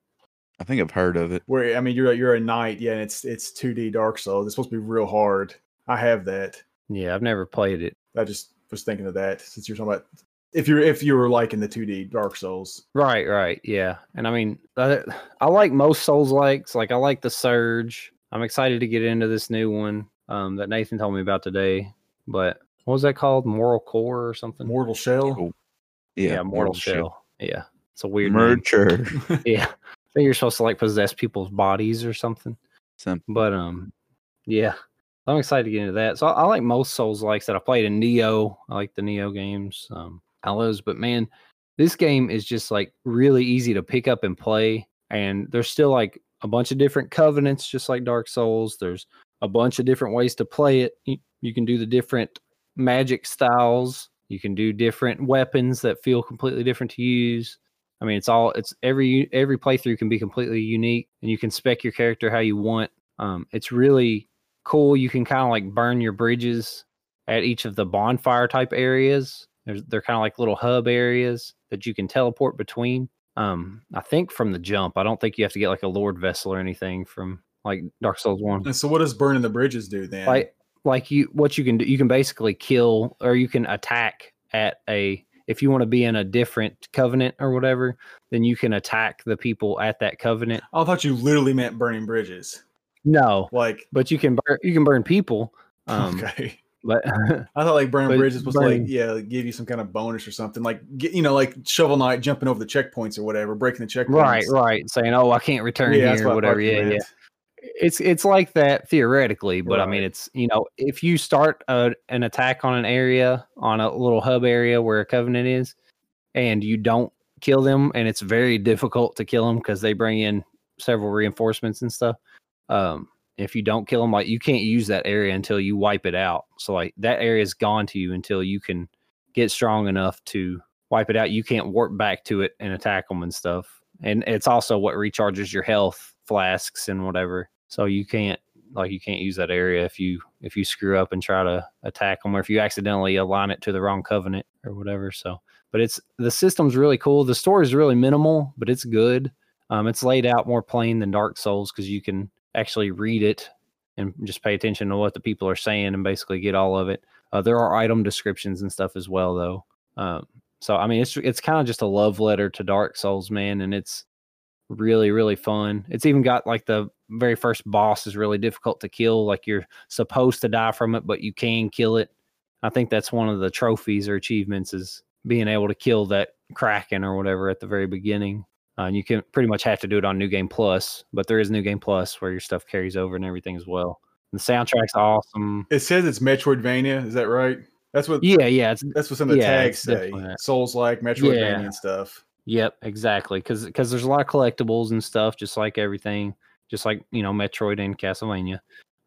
I think I've heard of it. where I mean you're a- you're a knight, yeah, and it's it's 2D Dark Souls. It's supposed to be real hard. I have that. Yeah, I've never played it. I just was thinking of that since you're talking about if you're if you were liking the 2D Dark Souls. Right, right, yeah. And I mean, I, I like most Souls likes. Like I like the Surge. I'm excited to get into this new one um, that Nathan told me about today. But what was that called? Moral Core or something? Mortal Shell. Cool. yeah, Mortal, Shell. Yeah, it's a weird name. Merger. *laughs* Yeah, I think you're supposed to like possess people's bodies or something. Some But um, yeah, I'm excited to get into that. So I, I like most Souls likes that I played in Neo. I like the Neo games. Um, I love those, but man, this game is just like really easy to pick up and play. And there's still like a bunch of different covenants, just like Dark Souls. There's a bunch of different ways to play it. You, you can do the different magic styles. You can do different weapons that feel completely different to use. I mean, it's all it's every every playthrough can be completely unique, and you can spec your character how you want um, it's really cool you can kind of like burn your bridges at each of the bonfire type areas There's, they're kind of like little hub areas that you can teleport between um, i think from the jump i don't think you have to get like a lord vessel or anything from like dark souls 1 And so what does burning the bridges do then? like like you what you can do you can basically kill or you can attack at a if you want to be in a different covenant or whatever then you can attack the people at that covenant I thought you literally meant burning bridges. no Like but you can burn you can burn people um *laughs* okay. but *laughs* I thought like burning but bridges was like burning- yeah, like, give you some kind of bonus or something. Like get, you know, like shovel knight jumping over the checkpoints or whatever, breaking the checkpoints. Right, right. Saying, "Oh, I can't return Yeah, that's here," what or I whatever. thought you Yeah, yeah. meant. It's it's like that theoretically, but I mean, Right. it's you know, if you start a, an attack on an area on a little hub area where a covenant is, and you don't kill them, and it's very difficult to kill them because they bring in several reinforcements and stuff. Um, if you don't kill them, like you can't use that area until you wipe it out. So like that area is gone to you until you can get strong enough to wipe it out. You can't warp back to it and attack them and stuff. And it's also what recharges your health flasks and whatever. So you can't like you can't use that area if you if you screw up and try to attack them or if you accidentally align it to the wrong covenant or whatever. So but it's the system's really cool. The story is really minimal, but it's good. Um, it's laid out more plain than Dark Souls because you can actually read it and just pay attention to what the people are saying and basically get all of it. Uh, there are item descriptions and stuff as well, though. Um, so I mean, it's it's kind of just a love letter to Dark Souls, man, and it's really really fun. It's even got like the very first boss is really difficult to kill. Like you're supposed to die from it, but you can kill it. I think that's one of the trophies or achievements is being able to kill that Kraken or whatever at the very beginning. Uh, and you can pretty much have to do it on New Game Plus, but there is New Game Plus where your stuff carries over and everything as well. And the soundtrack's awesome. It says it's Metroidvania. Is that right? That's what. Yeah, yeah, it's That's what some of the Yeah, tags it's say. definitely that. Souls like Metroidvania Yeah. and stuff. Yep, exactly. Because there's a lot of collectibles and stuff, just like everything, just like you know Metroid and Castlevania.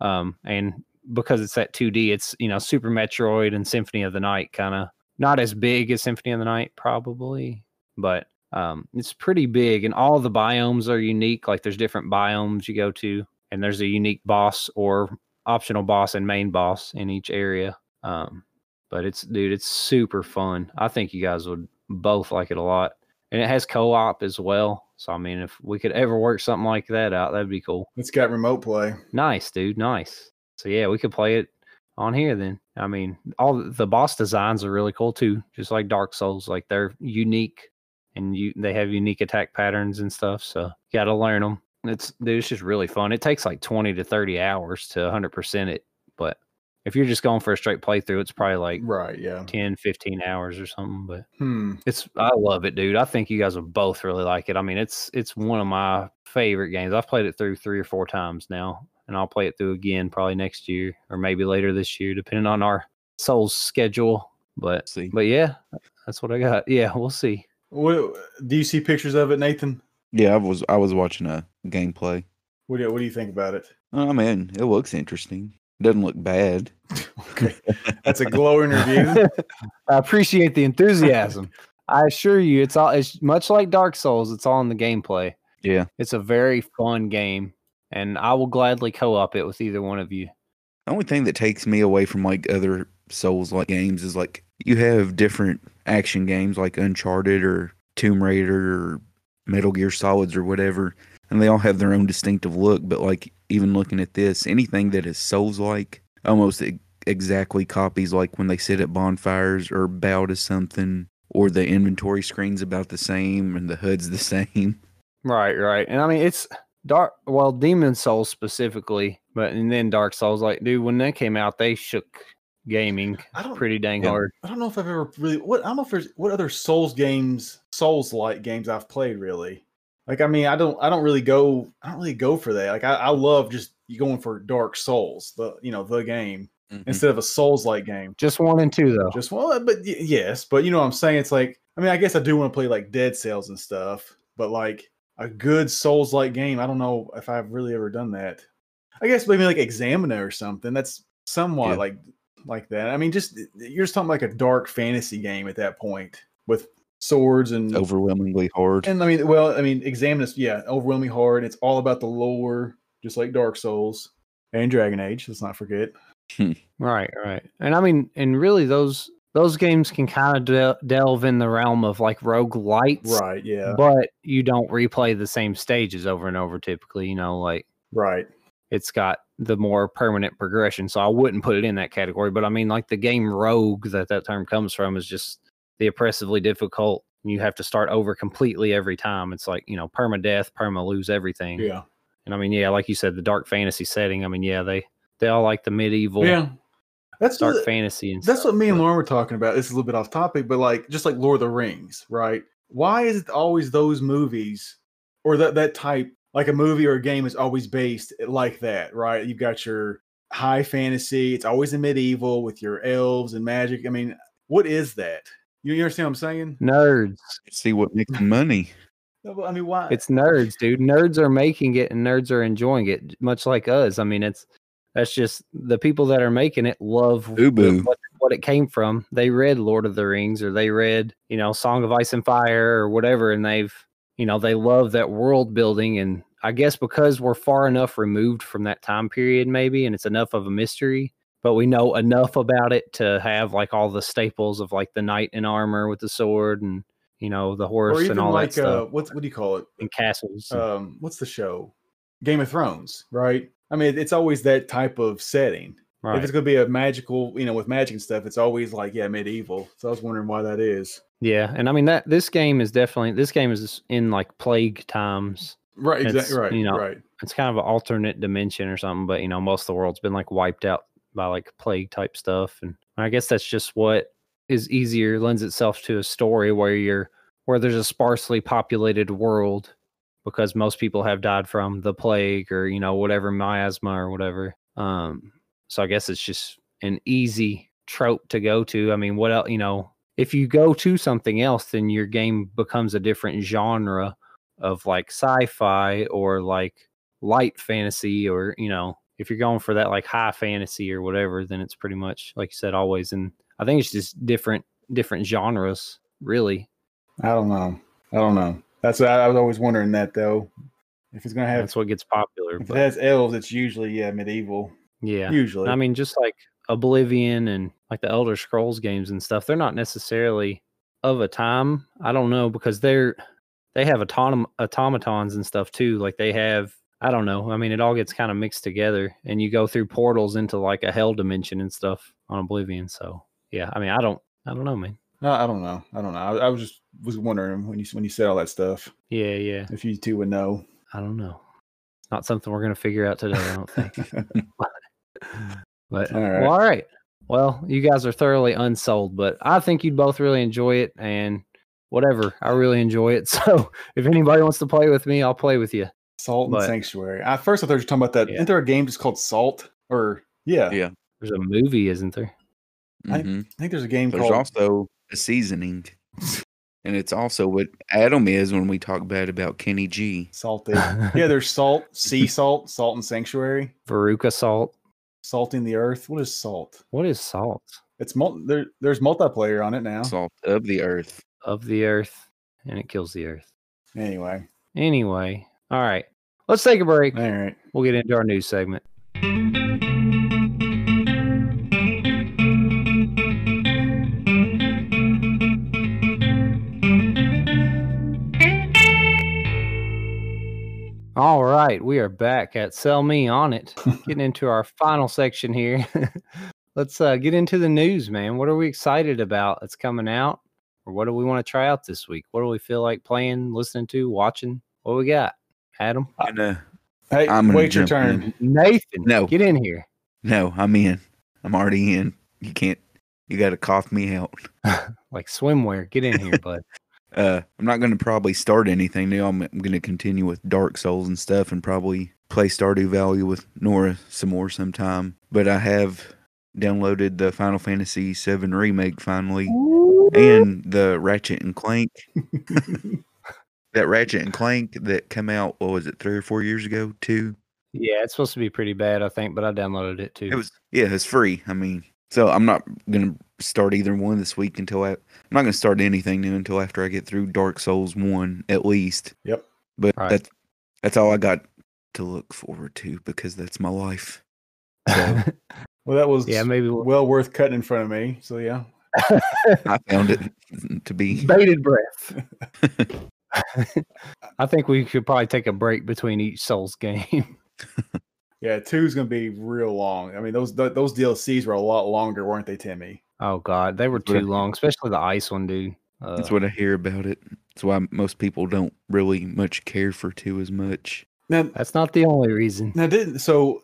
Um, and because it's that 2D, it's you know Super Metroid and Symphony of the Night, kind of not as big as Symphony of the Night probably, but um, it's pretty big. And all the biomes are unique. Like there's different biomes you go to, and there's a unique boss or optional boss and main boss in each area. Um, but it's dude, it's super fun. I think you guys would both like it a lot and it has co-op as well. So I mean, if we could ever work something like that out, that'd be cool. It's got remote play. Nice, dude. Nice. So yeah, we could play it on here then. I mean, all th- the boss designs are really cool too, just like Dark Souls. Like they're unique, and you they have unique attack patterns and stuff. So you got to learn them. It's dude, it's just really fun. It takes like twenty to thirty hours to hundred percent it, but if you're just going for a straight playthrough, it's probably like Right. Yeah. 10, 15 hours or something. But Hmm. it's I love it, dude. I think you guys will both really like it. I mean, it's it's one of my favorite games. I've played it through three or four times now, and I'll play it through again probably next year or maybe later this year, depending on our Souls schedule. But See. but yeah, that's what I got. Yeah, we'll see. What do you see pictures of it, Nathan? Yeah, I was I was watching a gameplay. What do you, what do you think about it? *laughs* Oh man, it looks interesting. Doesn't look bad. Okay, that's a *laughs* glowing review. I appreciate the *laughs* enthusiasm. I assure you, it's all it's much like Dark Souls. It's all in the gameplay. Yeah. It's a very fun game, and I will gladly co-op it with either one of you. The only thing that takes me away from like other Souls like games is like you have different action games like Uncharted or Tomb Raider or Metal Gear Solids or whatever, and they all have their own distinctive look. But like even looking at this, anything that is Souls like almost e- exactly copies like when they sit at bonfires or bow to something, or the inventory screen's about the same and the HUD's the *laughs* same. Right, right. And I mean, it's dark. Well, Demon Souls specifically, but and then Dark Souls. Like, dude, when that came out, they shook *laughs* gaming I don't. pretty dang Yeah. hard. I don't know if I've ever really. What I don't know if there's what other Souls games, Souls like games I've played really. Like I mean, I don't. I don't really go. I don't really go for that. Like I, I love just going for Dark Souls, the you know the game Mm-hmm. instead of a Souls like game. Just one and two though. Just well, uh, but y- yes, but you know what I'm saying. It's like I mean, I guess I do want to play like Dead Cells and stuff, but like a good Souls like game, I don't know if I've really ever done that. I guess maybe like Examiner or something. That's somewhat Yeah. like like that. I mean, just you're just talking like a dark fantasy game at that point with swords and Overwhelmingly hard. and I mean, well, I mean, Examine is yeah, overwhelming hard. It's all about the lore, just like Dark Souls and Dragon Age. Let's not forget. Right, right. And I mean, and really, those those games can kind of del- delve in the realm of like rogue lights, Right? Yeah. but you don't replay the same stages over and over. Typically, you know, like Right. it's got the more permanent progression. So I wouldn't put it in that category. But I mean, like the game rogue that that term comes from is just the oppressively difficult. You have to start over completely every time. It's like you know, perma death, perma lose everything. Yeah. And I mean, yeah, like you said, the dark fantasy setting. I mean, yeah, they they all like the medieval Yeah. That's dark what, fantasy and that's stuff, what me and but- Lauren were talking about. This is a little bit off topic, but like just like Lord of the Rings, right? Why is it always those movies or that that type like a movie or a game is always based like that, right? You've got your high fantasy, it's always in medieval with your elves and magic. I mean, what is that? You, you understand what I'm saying? nerds. See what makes money. No, but I mean, why? It's nerds, dude. Nerds are making it and nerds are enjoying it, much like us. I mean, it's that's just the people that are making it love Boo boo. what, what it came from. They read Lord of the Rings or they read, you know, Song of Ice and Fire or whatever, and they've, you know, they love that world building. And I guess because we're far enough removed from that time period, maybe, and it's enough of a mystery, but we know enough about it to have like all the staples of like the knight in armor with the sword and, you know, the horse or even and all like that stuff uh, what's what do you call it? and castles. and- um, what's the show? Game of Thrones, right? I mean, it's always that type of setting. If right. it's gonna be a magical, you know, with magic and stuff, it's always like yeah, medieval. So I was wondering why that is. Yeah. And I mean, that this game is definitely, this game is in like plague times. Right, It's, exactly. Right, you know, right. it's kind of an alternate dimension or something, but you know, most of the world's been like wiped out by like plague type stuff. And I guess that's just what is easier, lends itself to a story where you're where there's a sparsely populated world because most people have died from the plague or you know whatever miasma or whatever. Um, so I guess it's just an easy trope to go to. I mean, what else? You know, if you go to something else, then your game becomes a different genre of like sci-fi or like light fantasy or you know if you're going for that like high fantasy or whatever then it's pretty much like you said always and i think it's just different different genres really I don't know. I don't know. That's what I, I was always wondering that though. If it's gonna have that's what gets popular if it but has elves, it's usually yeah medieval. yeah Usually, I mean, just like Oblivion and like the Elder Scrolls games and stuff, they're not necessarily of a time. I don't know because they're they have autonom automatons and stuff too. Like they have, I don't know. I mean, it all gets kind of mixed together, and you go through portals into like a hell dimension and stuff on Oblivion. So yeah, I mean, I don't, I don't know, man. no, I don't know. I don't know. I, I was just was wondering when you when you said all that stuff Yeah, yeah, if you two would *laughs* know. I don't know. It's not something we're gonna figure out today. I don't think. But All well, right. all right. Well, you guys are thoroughly unsold, but I think you'd both really enjoy it and whatever. I really enjoy it. *laughs* So if anybody wants to play with me, I'll play with you. Salt and But- Sanctuary. At first, I thought you were talking about that. Yeah. Isn't there a game just called Salt? Or yeah, Yeah. There's a movie, isn't there? I- Mhm. I think there's a game There's called. also a seasoning, and it's also what Adam is when we talk bad about Kenny G. Salted. yeah, there's salt, sea salt, salt and sanctuary, Veruca Salt. salting the earth. What is salt? What is salt It's mul- there, there's multiplayer on it now. Salt of the earth. of the earth? And it kills the earth. Anyway, Anyway, all right. Let's take a break. all right. We'll get into our news segment. All right, we are back at Sell Me On It. Getting into our final section here. *laughs* Let's uh, get into the news, man. What are we excited about that's coming out? Or what do we want to try out this week? What do we feel like playing, listening to, watching? What we got? Adam? And, uh, Hey, I'm gonna wait your jump turn. in. Nathan, No. get in here. No, I'm in. I'm already in. You can't. You got to cough me out. Like swimwear, get in here, bud. Uh, I'm not going to probably start anything new. I'm, I'm going to continue with Dark Souls and stuff and probably play Stardew Valley with Nora some more sometime. But I have downloaded the Final Fantasy VII Remake finally and the Ratchet and Clank. that Ratchet and Clank that came out, what was it, three or four years ago, too? *laughs* yeah, it's supposed to be pretty bad, I think, but I downloaded it too. It was yeah, it's free. I mean, so I'm not gonna start either one this week until I, I'm not gonna start anything new until after I get through Dark Souls one at least. Yep. But Right. that's that's all I got to look forward to because that's my life. So *laughs* Well, that *laughs* was yeah, maybe we'll well worth cutting in front of me. So yeah, I found it *laughs* *laughs* to *laughs* be bated breath. *laughs* I think we could probably take a break between each Souls game. *laughs* yeah, two's gonna be real long. I mean, those th- those DLCs were a lot longer, weren't they, Timmy? Oh God, they were That's what I- too long, especially the ice one, dude. Uh, that's what I hear about it. That's why most people don't really much care for two as much. Now, that's not the only reason. now didn't so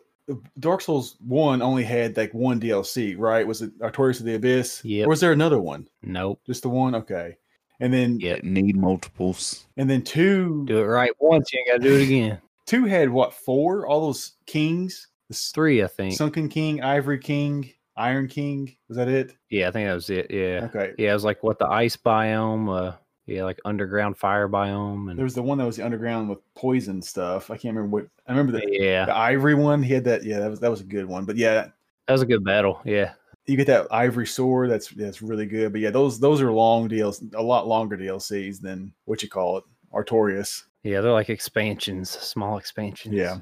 Dark Souls one only had like one DLC, right? Was it Artorias of the Abyss? Yep. Or was there another one? Nope. Just the one? Okay. And then Yeah, It need multiples. and then two do it right once, you ain't gotta do it *laughs* again. two had what four? All those kings? The s- Three, I think. Sunken King, Ivory King, Iron King. Was that it? yeah, I think that was it. Yeah, Okay. yeah, it was like what the ice biome. Uh, yeah, like underground fire biome, There and was the one that was the underground with poison stuff. I can't remember what I remember the, yeah, the ivory one. He had that. Yeah, that was that was a good one. But yeah, that was a good battle. Yeah, you get that ivory sword. That's that's really good. But yeah, those those are long deals, a lot longer DLCs than what you call it, Artorias. Yeah, they're like expansions, small expansions. Yeah.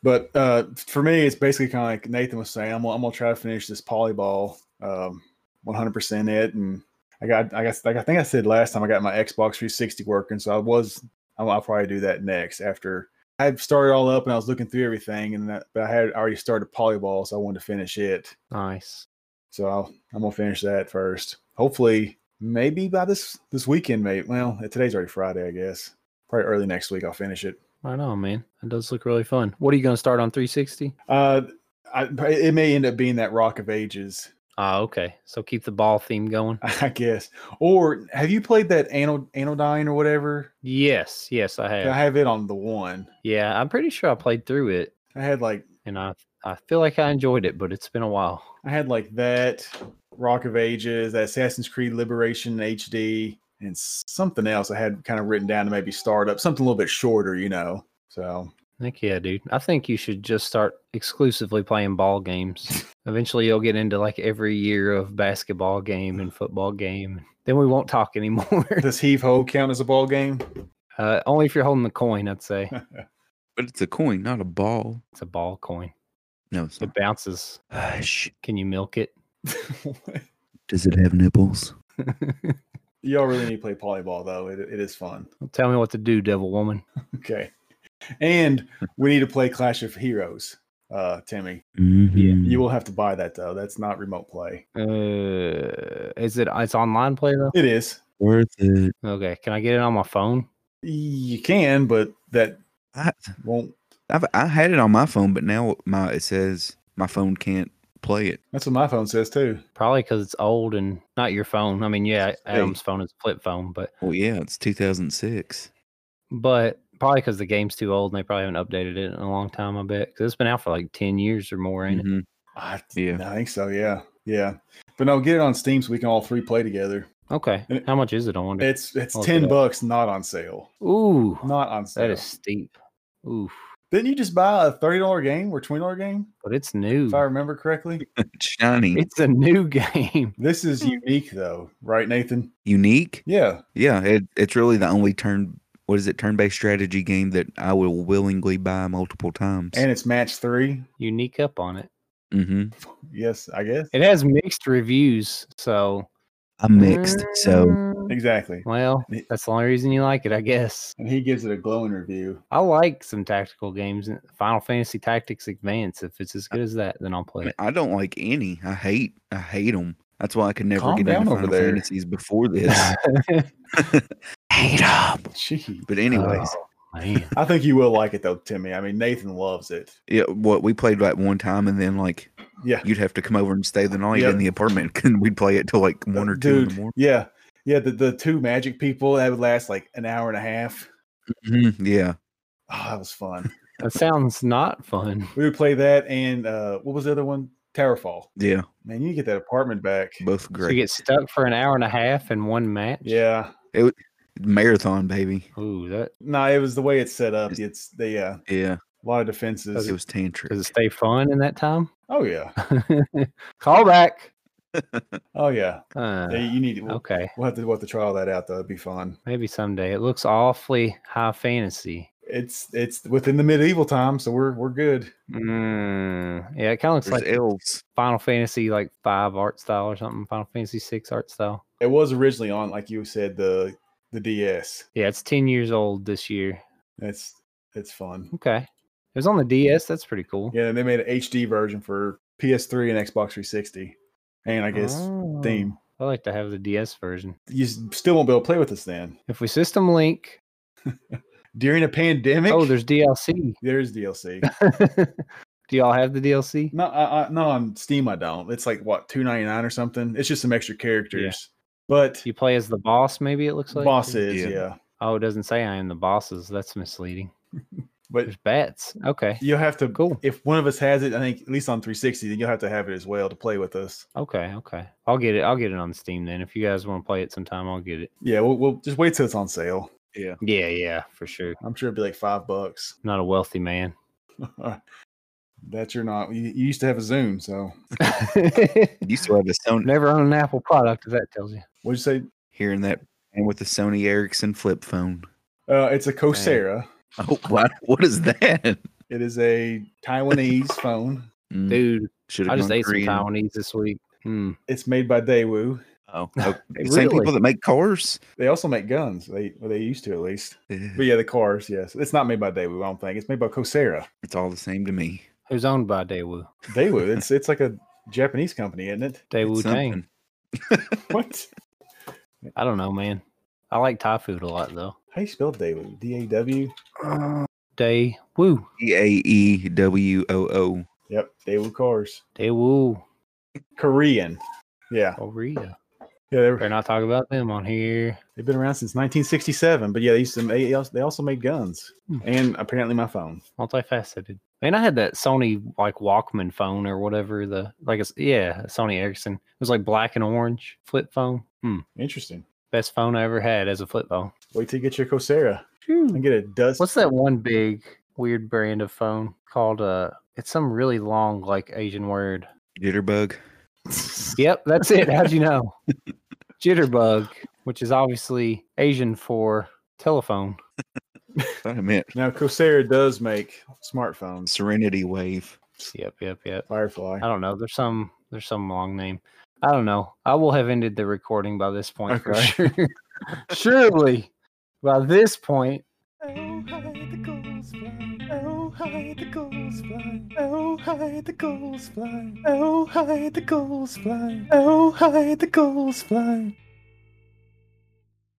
But uh, for me, it's basically kind of like Nathan was saying. I'm, gonna- I'm gonna try to finish this polyball, um, 100% it, and I got I got like I think I said last time I got my Xbox 360 working, so I was I'll, I'll probably do that next after I had started all up and I was looking through everything, and that, but I had already started polyball, so I wanted to finish it. Nice. So I'll, I'm gonna finish that first. Hopefully, maybe by this this weekend, mate. Well, today's already Friday, I guess. Probably early next week I'll finish it. I know, man. That does look really fun. What are you going to start on 360? Uh, I, it may end up being that Rock of Ages. *laughs* Ah, okay. So keep the ball theme going. I guess. Or have you played that anod- Anodyne or whatever? Yes, yes, I I have. have it on the one. Yeah, I'm pretty sure I played through it, I had like and I I feel like I enjoyed it, but it's been a while. I had like that Rock of Ages, that Assassin's Creed Liberation HD, and s- something else I had kind of written down to maybe start up something a little bit shorter, you know. So Heck yeah, dude. I think you should just start exclusively playing ball games. Eventually, you'll get into like every year of basketball game and football game. Then we won't talk anymore. *laughs* does heave ho count as a ball game? *laughs* uh, only if you're holding the coin, I'd say But it's a coin, not a ball. it's a ball coin. No, it's It not. bounces. Hush. Can you milk *laughs* it? uh, Does it have nipples? Y'all really need to play volleyball though. It, it is fun. Tell me what to do, Devil Woman. Okay. And we need to play Clash of Heroes, uh, Timmy. Mhm. Hmm. You will have to buy that though. That's not remote play. Uh, is it? It's online play though. It is. worth it. Okay, can I get it on my phone? You can, but that I, won't. I've, I had it on my phone, but now my it says my phone can't play it. That's what my phone says too. Probably because it's old and not your phone. I mean, yeah, Adam's phone is a flip phone, but Well, yeah, it's 2006. but probably because the game's too old and they probably haven't updated it in a long time. I bet because it's been out for like ten years or more, ain't it? Mhm. I, *laughs* Yeah. I think so. Yeah. Yeah. But no, get it on Steam so we can all three play together. Okay, Mm-hmm. And it- how much is it? I wonder. It's it's I'll look it ten up. bucks, not on sale. Ooh, Not on sale. that is steep. Ooh, Didn't you just buy a thirty dollar game or twenty dollar game? but it's new. If I remember correctly, Shiny, It's a new *laughs* game. this is unique though, right, Nathan? unique. Yeah, Yeah, it, it's really the only turn. What is it? Turn-based strategy game that I will willingly buy multiple times. and it's match three. Unique up on it. hmm Yes, I guess It has mixed reviews, so I'm mixed, so Mm, exactly. well, It- that's the only reason you like it, I guess. And he gives it a glowing review. *laughs* I like some tactical games. and Final Fantasy Tactics Advance. If it's as good as that, then I'll play it. I don't like any. I hate. I hate them. That's why I could never Calm get down into over Final there. *laughs* Fantasies before this. hate them. Gee, But anyways, Oh, man. I think you will like it though, Timmy. I mean, Nathan loves it. yeah, what we played that one time, and then like Yeah, you'd have to come over and stay the night Yep. in the apartment, *laughs* and we'd play it till like one or two in the morning. Yeah, yeah. The the two magic people that would last like an hour and a half. Mhm, Yeah, Oh, that was *laughs* fun. that sounds not fun. we would play that and uh, what was the other one? Towerfall. yeah, Man, you need to get that apartment back. both So you great. get stuck for an hour and a half in one match. Yeah. Marathon, baby. Ooh, that No, it was the way it's set up. It's the yeah, Yeah, a lot of it defenses. was tantric. does it stay fun in that time? *laughs* Oh yeah. Call back. Oh yeah. Uh, Yeah, you need. We'll, okay, we'll have to we'll have to trial that out though. It'd be fun. maybe someday. It looks awfully high fantasy. It's it's within the medieval time, so we're we're good. Mm, yeah, it kind of looks There's like elves. Final Fantasy like five art style or something. Final Fantasy six art style. It was originally on, like you said, the the DS. Yeah, it's ten years old this year. That's *laughs* it's fun. Okay, it was on the DS. That's pretty cool. Yeah, and they made an HD version for PS3 and Xbox 360, and I guess Oh, Steam. I like to have the DS version. You s- still won't be able to play with this then. If we system link, During a pandemic, oh, there's DLC. there's DLC. *laughs* Do y'all have the DLC? No, I, I, no, on Steam I don't. It's like what two ninety nine or something. It's just some extra characters. But You play as the boss, maybe it looks like. bosses, yeah. Yeah. Oh, it doesn't say I am the bosses. That's misleading. But There's bats. Okay. you'll have to. Cool. If one of us has it, I think at least on three sixty, then you'll have to have it as well to play with us. Okay. Okay. I'll get it. I'll get it on Steam then. If you guys want to play it sometime, I'll get it. Yeah, we'll, we'll just wait till it's on sale. Yeah. Yeah. For sure. I'm sure it'd be like five bucks. Not a wealthy *laughs* man. *laughs* that you're not. You, you used to have a Zoom, so You still have a Sony Never own an Apple product, if that tells you. what'd you say? hearing that, and with the Sony Ericsson flip phone. *laughs* Uh, it's a Coursera. *laughs* Oh, what, what is that? It is a Taiwanese phone. Mm, Dude, should've I just gone ate some Korean. Taiwanese this week. Mm. It's made by Daewoo. *laughs* Oh, okay. same Really? people that make cars. They also make guns. They well, they used to at least. Eh, But yeah, the cars, yes. It's not made by Daewoo, I don't think. It's made by Coursera. It's all the same to me. Who's owned by Daewoo? Daewoo. It's it's like a Japanese company, isn't it? Daewoo Tang. Something. What? I don't know, man. I like Thai food a lot though. How you spell Daewoo? D A W. Daewoo. E A E W O O. Yep, Daewoo cars. Daewoo. Korean. Yeah, Korea. yeah, they were, Better not talk about them on here. they've been around since 1967. But yeah, they used to. They also, they also made guns Hmm. and apparently my phone. Multifaceted. Man, I had that Sony like Walkman phone or whatever the like. It's, yeah, Sony Ericsson. It was like black and orange flip phone. Hmm. Interesting. Best phone I ever had as a flip phone. Wait till you get your Coursera and get a dust. What's that one big weird brand of phone called? Uh, it's some really long like Asian word. Jitterbug. Yep, that's it. How'd you *laughs* know? Jitterbug, which is obviously Asian for telephone. Thought I meant now Coursera does make smartphones. Serenity Wave. Yep, yep, yep. Firefly. I don't know. There's some there's some long name. I don't know. I will have ended the recording by this point for Okay. sure. *laughs* Surely by this point. Oh, hi, the gulls fly. Oh, hi, the gulls fly. Oh, hi, the gulls fly. Oh, hi, the gulls fly. Oh, hi, the gulls fly.